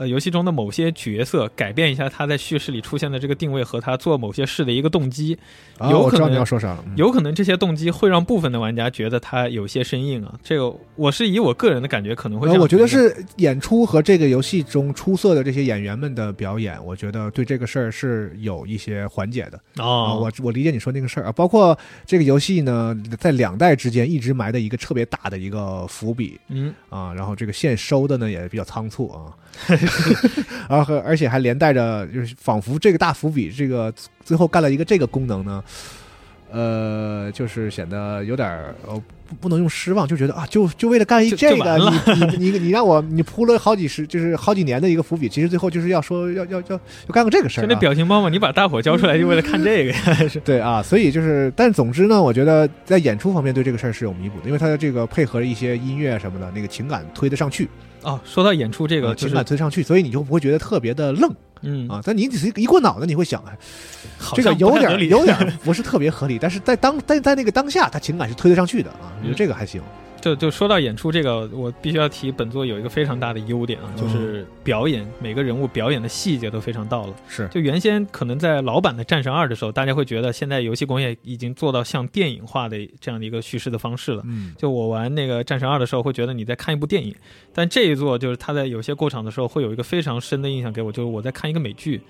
[SPEAKER 3] 呃，游戏中的某些角色改变一下他在叙事里出现的这个定位和他做某些事的一个动机，
[SPEAKER 2] 啊，
[SPEAKER 3] 有
[SPEAKER 2] 我
[SPEAKER 3] 可
[SPEAKER 2] 知道
[SPEAKER 3] 能
[SPEAKER 2] 你要说啥了，嗯
[SPEAKER 3] 有可能这些动机会让部分的玩家觉得他有些生硬啊。这个我是以我个人的感觉可能会这
[SPEAKER 2] 呃，
[SPEAKER 3] 样，
[SPEAKER 2] 我觉得，是演出和这个游戏中出色的这些演员们的表演，我觉得对这个事儿是有一些缓解的。啊，
[SPEAKER 3] 哦，
[SPEAKER 2] 我我理解你说那个事儿啊，包括这个游戏呢，在两代之间一直埋的一个特别大的一个伏笔
[SPEAKER 3] 嗯，
[SPEAKER 2] 啊，然后这个线收的呢也比较仓促啊， 然后而且还连带着就是仿佛这个大伏笔，这个最后干了一个这个功能呢，呃，呃，就是显得有点儿呃不不能用失望，就觉得啊，就就为了干一
[SPEAKER 3] 就
[SPEAKER 2] 这
[SPEAKER 3] 就
[SPEAKER 2] 个，
[SPEAKER 3] 完了
[SPEAKER 2] 你你 你你让我你铺了好几十就是好几年的一个伏笔，其实最后就是要说要要要要干个这个事儿、
[SPEAKER 3] 就
[SPEAKER 2] 啊，
[SPEAKER 3] 那表情包嘛，你把大伙交出来就为了看这个呀，是
[SPEAKER 2] 对啊，所以就是，但总之呢，我觉得在演出方面对这个事儿是有弥补的，因为他的这个配合一些音乐什么的，那个情感推得上去，
[SPEAKER 3] 哦。说到演出这
[SPEAKER 2] 啊
[SPEAKER 3] 个，就
[SPEAKER 2] 情
[SPEAKER 3] 是
[SPEAKER 2] 感推得上去，所以你就不会觉得特别的愣
[SPEAKER 3] 嗯，
[SPEAKER 2] 啊。但你仔细一过脑子，你会想，哎，
[SPEAKER 3] 好
[SPEAKER 2] 这个
[SPEAKER 3] 像
[SPEAKER 2] 有
[SPEAKER 3] 不太
[SPEAKER 2] 点
[SPEAKER 3] 合
[SPEAKER 2] 儿
[SPEAKER 3] 理
[SPEAKER 2] 有点儿不是特别合理，但是在当在在那个当下，他情感是推得上去的啊，我
[SPEAKER 3] 嗯
[SPEAKER 2] 觉得这个还行。
[SPEAKER 3] 就就说到演出这个，我必须要提本作有一个非常大的优点啊，就是表演，每个人物表演的细节都非常到了。
[SPEAKER 2] 是
[SPEAKER 3] 就原先可能在老版的《战神二》的时候，大家会觉得现在游戏工业已经做到像电影化的这样的一个叙事的方式了。
[SPEAKER 2] 嗯，
[SPEAKER 3] 就我玩那个《战神二》的时候，会觉得你在看一部电影，但这一座就是它在有些过场的时候，会有一个非常深的印象给我，就是我在看一个美剧，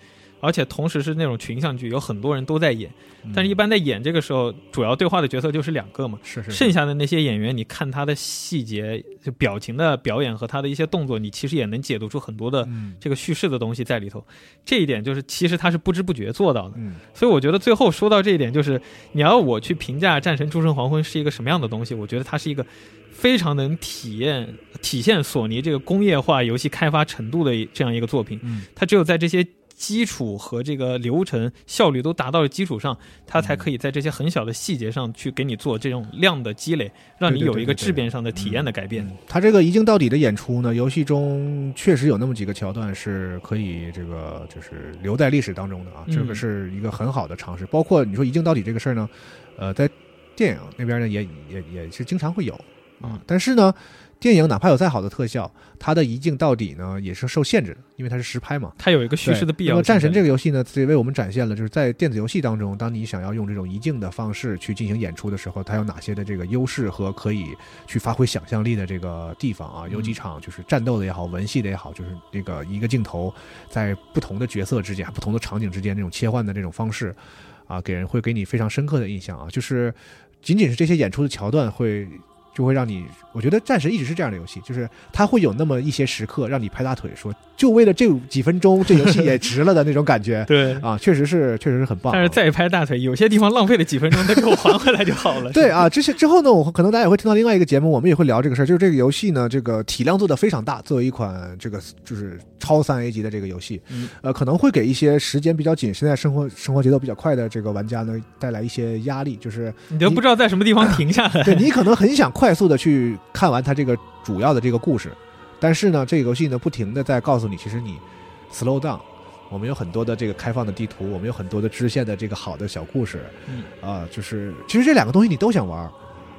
[SPEAKER 3] 而且同时是那种群像剧，有很多人都在演，但是一般在演这个时候，主要对话的角色就是两个嘛，
[SPEAKER 2] 是是
[SPEAKER 3] 剩下的那些演员，你看他的细节、就表情的表演和他的一些动作，你其实也能解读出很多的
[SPEAKER 2] 嗯
[SPEAKER 3] 这个叙事的东西在里头。这一点就是，其实他是不知不觉做到的。
[SPEAKER 2] 嗯
[SPEAKER 3] 所以我觉得最后说到这一点，就是你要我去评价《战神：诸神黄昏》是一个什么样的东西，我觉得它是一个非常能体验、体现索尼这个工业化游戏开发程度的一这样一个作品。
[SPEAKER 2] 嗯
[SPEAKER 3] 它只有在这些基础和这个流程效率都达到的基础上，它才可以在这些很小的细节上去给你做这种量的积累，让你有一个质变上的体验的改变。
[SPEAKER 2] 他嗯这个一镜到底的演出呢，游戏中确实有那么几个桥段是可以这个就是留在历史当中的啊，
[SPEAKER 3] 嗯
[SPEAKER 2] 这个是一个很好的尝试。包括你说一镜到底这个事儿呢，呃，在电影那边呢也也也是经常会有
[SPEAKER 3] 嗯
[SPEAKER 2] 啊，但是呢。电影哪怕有再好的特效，它的一镜到底呢也是受限制的，因为它是实拍嘛。
[SPEAKER 3] 它有一个叙事的必要
[SPEAKER 2] 对那
[SPEAKER 3] 性
[SPEAKER 2] 么
[SPEAKER 3] 在。
[SPEAKER 2] 战神这个游戏呢，自己为我们展现了，就是在电子游戏当中，当你想要用这种一镜的方式去进行演出的时候，它有哪些的这个优势和可以去发挥想象力的这个地方啊？
[SPEAKER 3] 嗯
[SPEAKER 2] 有几场就是战斗的也好，文戏的也好，就是那个一个镜头在不同的角色之间、不同的场景之间那种切换的这种方式，啊，给人会给你非常深刻的印象啊。就是仅仅是这些演出的桥段会。就会让你，我觉得战神一直是这样的游戏，就是它会有那么一些时刻让你拍大腿说，就为了这几分钟，这游戏也值了的那种感 觉
[SPEAKER 3] 对。
[SPEAKER 2] 啊，确实是，确实是很棒啊。
[SPEAKER 3] 但是再拍大腿，有些地方浪费了几分钟，再给我还回来就好了。
[SPEAKER 2] 对啊，之前之后呢，我可能大家也会听到另外一个节目，我们也会聊这个事儿，就是这个游戏呢，这个体量做的非常大，作为一款这个就是超三 A 级的这个游戏，
[SPEAKER 3] 嗯
[SPEAKER 2] 呃，可能会给一些时间比较紧、现在生活生活节奏比较快的这个玩家呢带来一些压力，就是
[SPEAKER 3] 你都不知道在什么地方停下 来。
[SPEAKER 2] 对你可能很想快速的去看完它这个主要的这个故事，但是呢，这个游戏呢不停的在告诉你，其实你 slow down。我们有很多的这个开放的地图，我们有很多的支线的这个好的小故事，
[SPEAKER 3] 嗯
[SPEAKER 2] 啊、就是其实这两个东西你都想玩儿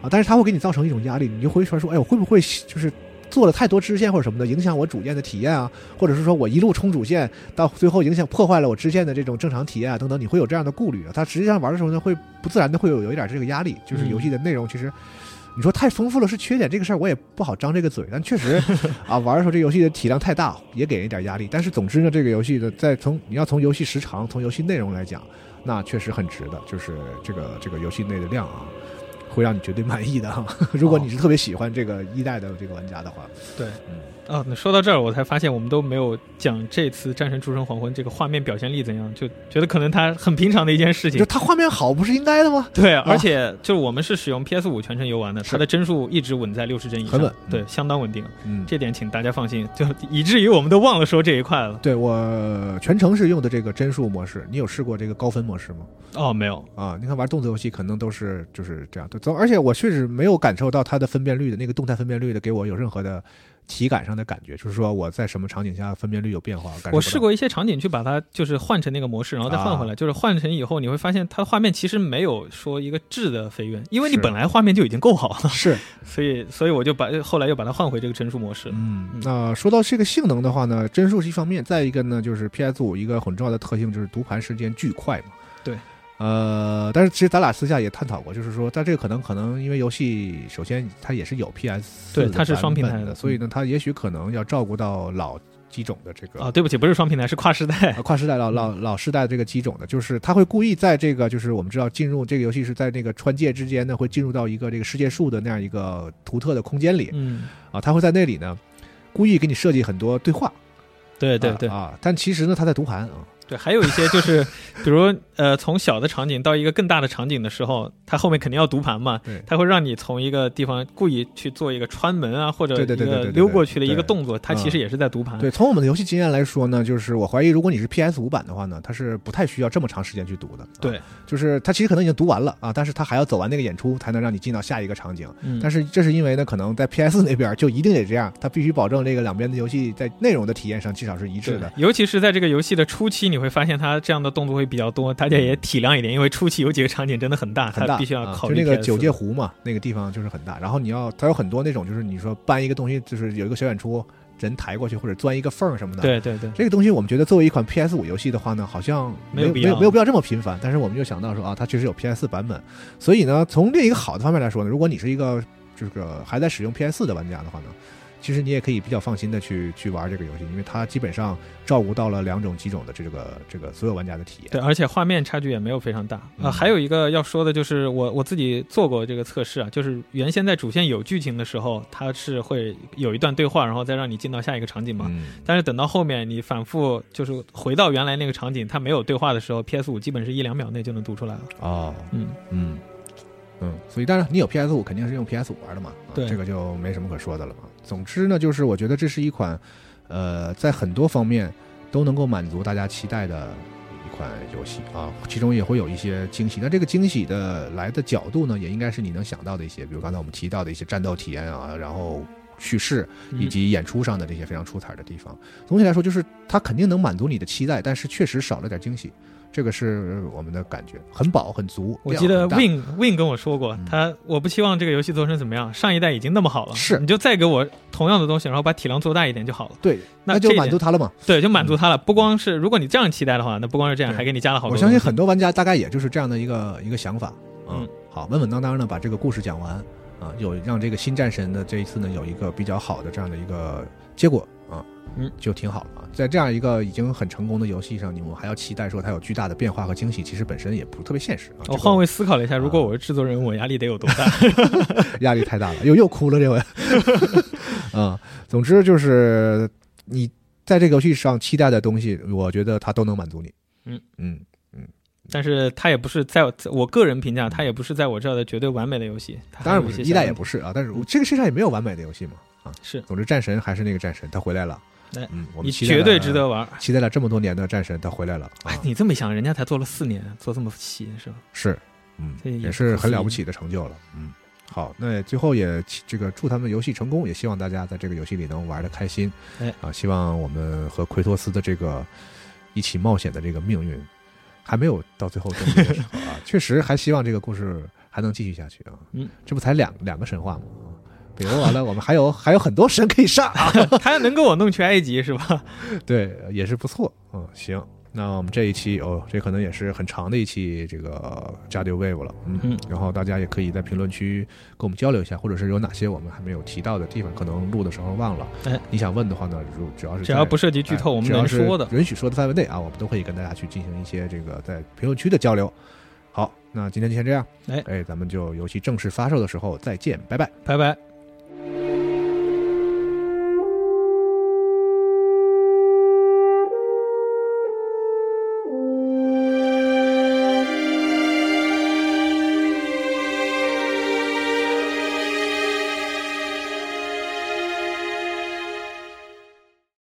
[SPEAKER 2] 啊，但是它会给你造成一种压力，你就回传说，哎，我会不会就是做了太多支线或者什么的，影响我主线的体验啊，或者是说我一路冲主线到最后影响破坏了我支线的这种正常体验啊等等，你会有这样的顾虑啊。它实际上玩的时候呢，会不自然的会有有一点这个压力，就是游戏的内容其实。你说太丰富了是缺点，这个事儿我也不好张这个嘴，但确实啊，玩的时候这游戏的体量太大，也给人一点压力。但是总之呢，这个游戏的在从你要从游戏时长、从游戏内容来讲，那确实很值的，就是这个这个游戏内的量啊，会让你绝对满意的、啊。 如果你是
[SPEAKER 3] 哦
[SPEAKER 2] 特别喜欢这个一代的这个玩家的话，
[SPEAKER 3] 对，
[SPEAKER 2] 嗯，
[SPEAKER 3] 哦，那说到这儿，我才发现我们都没有讲这次《战神：诸神黄昏》这个画面表现力怎样，就觉得可能它很平常的一件事情
[SPEAKER 2] 就。它画面好不是应该的吗？
[SPEAKER 3] 对，而且就是我们是使用 PS 五全程游玩的，它的帧数一直稳在六十帧以上，
[SPEAKER 2] 很稳
[SPEAKER 3] 对，相当稳定，
[SPEAKER 2] 嗯，
[SPEAKER 3] 这点请大家放心。就以至于我们都忘了说这一块了。
[SPEAKER 2] 对我全程是用的这个帧数模式，你有试过这个高分模式吗？
[SPEAKER 3] 哦，没有，
[SPEAKER 2] 啊，你看玩动作游戏可能都是就是这样，对，走而且我确实没有感受到它的分辨率的那个动态分辨率的给我有任何的体感上的感觉，就是说我在什么场景下分辨率有变化，感受不到啊
[SPEAKER 3] 我试过一些场景去把它就是换成那个模式，然后再换回来。就是换成以后，你会发现它画面其实没有说一个质的飞跃，因为你
[SPEAKER 2] 是
[SPEAKER 3] 本来画面就已经够好了，
[SPEAKER 2] 是，
[SPEAKER 3] 所以所以我就把后来又把它换回这个帧数模式。
[SPEAKER 2] 嗯，那说到这个性能的话呢，帧数是一方面，再一个呢就是 PS 五一个很重要的特性就是读盘时间巨快嘛。
[SPEAKER 3] 对。
[SPEAKER 2] 呃，但是其实咱俩私下也探讨过，就是说，但这个可能可能因为游戏，首先它也是有 PS，
[SPEAKER 3] 对它是双平台
[SPEAKER 2] 的，
[SPEAKER 3] 的嗯
[SPEAKER 2] 所以呢，它也许可能要照顾到老机种的这个
[SPEAKER 3] 啊，对不起，不是双平台，是跨时代
[SPEAKER 2] 啊，。跨时代老老
[SPEAKER 3] 嗯
[SPEAKER 2] 老时代这个机种的，就是他会故意在这个，就是我们知道进入这个游戏是在那个穿界之间呢，会进入到一个这个世界树的那样一个独特的空间里
[SPEAKER 3] 嗯，
[SPEAKER 2] 啊，他会在那里呢，故意给你设计很多对话，
[SPEAKER 3] 对对对，
[SPEAKER 2] 啊啊但其实呢，他在读盘啊，
[SPEAKER 3] 对，还有一些 就是，比如呃，从小的场景到一个更大的场景的时候，它后面肯定要读盘嘛
[SPEAKER 2] 对，
[SPEAKER 3] 它会让你从一个地方故意去做一个穿门啊，或者
[SPEAKER 2] 对
[SPEAKER 3] 一
[SPEAKER 2] 对对对
[SPEAKER 3] 个
[SPEAKER 2] 对对
[SPEAKER 3] 溜过去的一个
[SPEAKER 2] 对
[SPEAKER 3] 动作，它其实也是在读盘。
[SPEAKER 2] 对，从我们的游戏经验来说呢，就是我怀疑，如果你是 PS 五版的话呢，它是不太需要这么长时间去读的。啊
[SPEAKER 3] 对，
[SPEAKER 2] 就是它其实可能已经读完了啊，但是它还要走完那个演出，才能让你进到下一个场景。
[SPEAKER 3] 嗯，
[SPEAKER 2] 但是这是因为呢，可能在 PS 那边就一定得这样，它必须保证这个两边的游戏在内容的体验上至少是一致
[SPEAKER 3] 对
[SPEAKER 2] 的。
[SPEAKER 3] 尤其是在这个游戏的初期，你会发现它这样的动作会比较多，大家也体谅一点，因为初期有几个场景真的很大，
[SPEAKER 2] 很大，
[SPEAKER 3] 它必须要
[SPEAKER 2] 啊
[SPEAKER 3] 考
[SPEAKER 2] 就
[SPEAKER 3] 虑、
[SPEAKER 2] 那个九界。湖嘛，那个地方就是很大。然后你要，它有很多那种，就是你说搬一个东西，就是有一个小演出，人抬过去或者钻一个缝儿什么的。，
[SPEAKER 3] 对对对，
[SPEAKER 2] 这个东西我们觉得作为一款 PS 五游戏的话呢，好像没
[SPEAKER 3] 没有
[SPEAKER 2] 有
[SPEAKER 3] 必
[SPEAKER 2] 没
[SPEAKER 3] 要
[SPEAKER 2] 有没有必要这么频繁。但是我们就想到说啊，它确实有 PS 版本，所以呢，从另一个好的方面来说呢，如果你是一个这个还在使用 PS 的玩家的话呢。其实你也可以比较放心的去去玩这个游戏，因为它基本上照顾到了两种几种的这个这个所有玩家的体验。
[SPEAKER 3] 对，而且画面差距也没有非常大。呃，
[SPEAKER 2] 嗯
[SPEAKER 3] 还有一个要说的就是我，我自己做过这个测试啊，就是原先在主线有剧情的时候，它是会有一段对话，然后再让你进到下一个场景嘛。
[SPEAKER 2] 嗯，
[SPEAKER 3] 但是等到后面你反复就是回到原来那个场景，它没有对话的时候，PS 五基本是一两秒内就能读出来了。
[SPEAKER 2] 哦，
[SPEAKER 3] 嗯，
[SPEAKER 2] 嗯，嗯，所以当然你有 PS 五肯定是用 PS 五玩的嘛，啊
[SPEAKER 3] 对
[SPEAKER 2] 这个就没什么可说的了嘛。总之呢，就是我觉得这是一款，呃，在很多方面都能够满足大家期待的一款游戏啊，其中也会有一些惊喜。那这个惊喜的来的角度呢，也应该是你能想到的一些，比如刚才我们提到的一些战斗体验啊，然后叙事
[SPEAKER 3] 嗯
[SPEAKER 2] 以及演出上的这些非常出彩的地方。总体来说，就是它肯定能满足你的期待，但是确实少了点惊喜。这个是我们的感觉，很饱很足。
[SPEAKER 3] 我记得
[SPEAKER 2] 量很大嗯
[SPEAKER 3] Win Win 跟我说过，他我不期望这个游戏做成怎么样，上一代已经那么好了，
[SPEAKER 2] 是
[SPEAKER 3] 你就再给我同样的东西，然后把体量做大一点就好了。
[SPEAKER 2] 对，
[SPEAKER 3] 那
[SPEAKER 2] 那就
[SPEAKER 3] 这一
[SPEAKER 2] 满
[SPEAKER 3] 点
[SPEAKER 2] 足他了嘛。
[SPEAKER 3] 对，就满足他了。不光是如果你这样期待的话，那不光是这样，
[SPEAKER 2] 嗯对
[SPEAKER 3] 还给你加了好
[SPEAKER 2] 我
[SPEAKER 3] 多东西。
[SPEAKER 2] 相信很多玩家大概也就是这样的一个一个想法。啊
[SPEAKER 3] 嗯，
[SPEAKER 2] 好，稳稳当当的把这个故事讲完啊，有让这个新战神的这一次呢有一个比较好的这样的一个结果啊，
[SPEAKER 3] 嗯，
[SPEAKER 2] 就挺好了啊。在这样一个已经很成功的游戏上，你们还要期待说它有巨大的变化和惊喜，其实本身也不是特别现实啊。
[SPEAKER 3] 我
[SPEAKER 2] 这
[SPEAKER 3] 换
[SPEAKER 2] 个啊
[SPEAKER 3] 位思考了一下，如果我是制作人，我压力得有多大？
[SPEAKER 2] 压力太大了，又又哭了这回。 啊、总之就是你在这个游戏上期待的东西，我觉得它都能满足你。
[SPEAKER 3] 嗯
[SPEAKER 2] 嗯。
[SPEAKER 3] 但是它也不是在我我个人评价，它也不是在我这儿的绝对完美的游戏。它还
[SPEAKER 2] 当然
[SPEAKER 3] 有
[SPEAKER 2] 不
[SPEAKER 3] 一些
[SPEAKER 2] 是，
[SPEAKER 3] 小
[SPEAKER 2] 一代也
[SPEAKER 3] 问题
[SPEAKER 2] 不是啊。但是我这个世界上也没有完美的游戏嘛啊。
[SPEAKER 3] 是，
[SPEAKER 2] 总之战神还是那个战神，他回来了。
[SPEAKER 3] 哎
[SPEAKER 2] 嗯，我
[SPEAKER 3] 你
[SPEAKER 2] 们期待了啊
[SPEAKER 3] 绝对值得玩。
[SPEAKER 2] 期待了这么多年的战神，他回来了啊
[SPEAKER 3] 哎，，你这么一想，人家才做了四年，做这么细是吧？
[SPEAKER 2] 是，嗯
[SPEAKER 3] 这也，
[SPEAKER 2] 也
[SPEAKER 3] 不
[SPEAKER 2] 是
[SPEAKER 3] 可
[SPEAKER 2] 很
[SPEAKER 3] 思
[SPEAKER 2] 了不
[SPEAKER 3] 议
[SPEAKER 2] 起的成就了。嗯，好，那最后也期这个祝他们游戏成功，也希望大家在这个游戏里能玩的开心。
[SPEAKER 3] 哎，
[SPEAKER 2] 啊，希望我们和奎托斯的这个一起冒险的这个命运，还没有到最后终结的时候 啊，确实还希望这个故事还能继续下去啊。
[SPEAKER 3] 嗯，
[SPEAKER 2] 这不才两两个神话吗？啊北欧完了，我们还有还有很多神可以杀啊。
[SPEAKER 3] 他能给我弄去埃及 是吧？
[SPEAKER 2] 对，也是不错。嗯，行，那我们这一期哦，这可能也是很长的一期这个 Radio Wave 了。嗯，
[SPEAKER 3] 嗯
[SPEAKER 2] 然后大家也可以在评论区跟我们交流一下，或者是有哪些我们还没有提到的地方，可能录的时候忘了。
[SPEAKER 3] 哎
[SPEAKER 2] 你想问的话呢，如只要是
[SPEAKER 3] 只要
[SPEAKER 2] 在
[SPEAKER 3] 不涉及剧透，
[SPEAKER 2] 哎
[SPEAKER 3] 我们
[SPEAKER 2] 只要
[SPEAKER 3] 能
[SPEAKER 2] 是
[SPEAKER 3] 说的。
[SPEAKER 2] 允许说的范围内啊，我们都可以跟大家去进行一些这个在评论区的交流。好，那今天就先这样。
[SPEAKER 3] 哎
[SPEAKER 2] 哎，咱们就游戏正式发售的时候再见，拜拜。
[SPEAKER 3] 拜拜。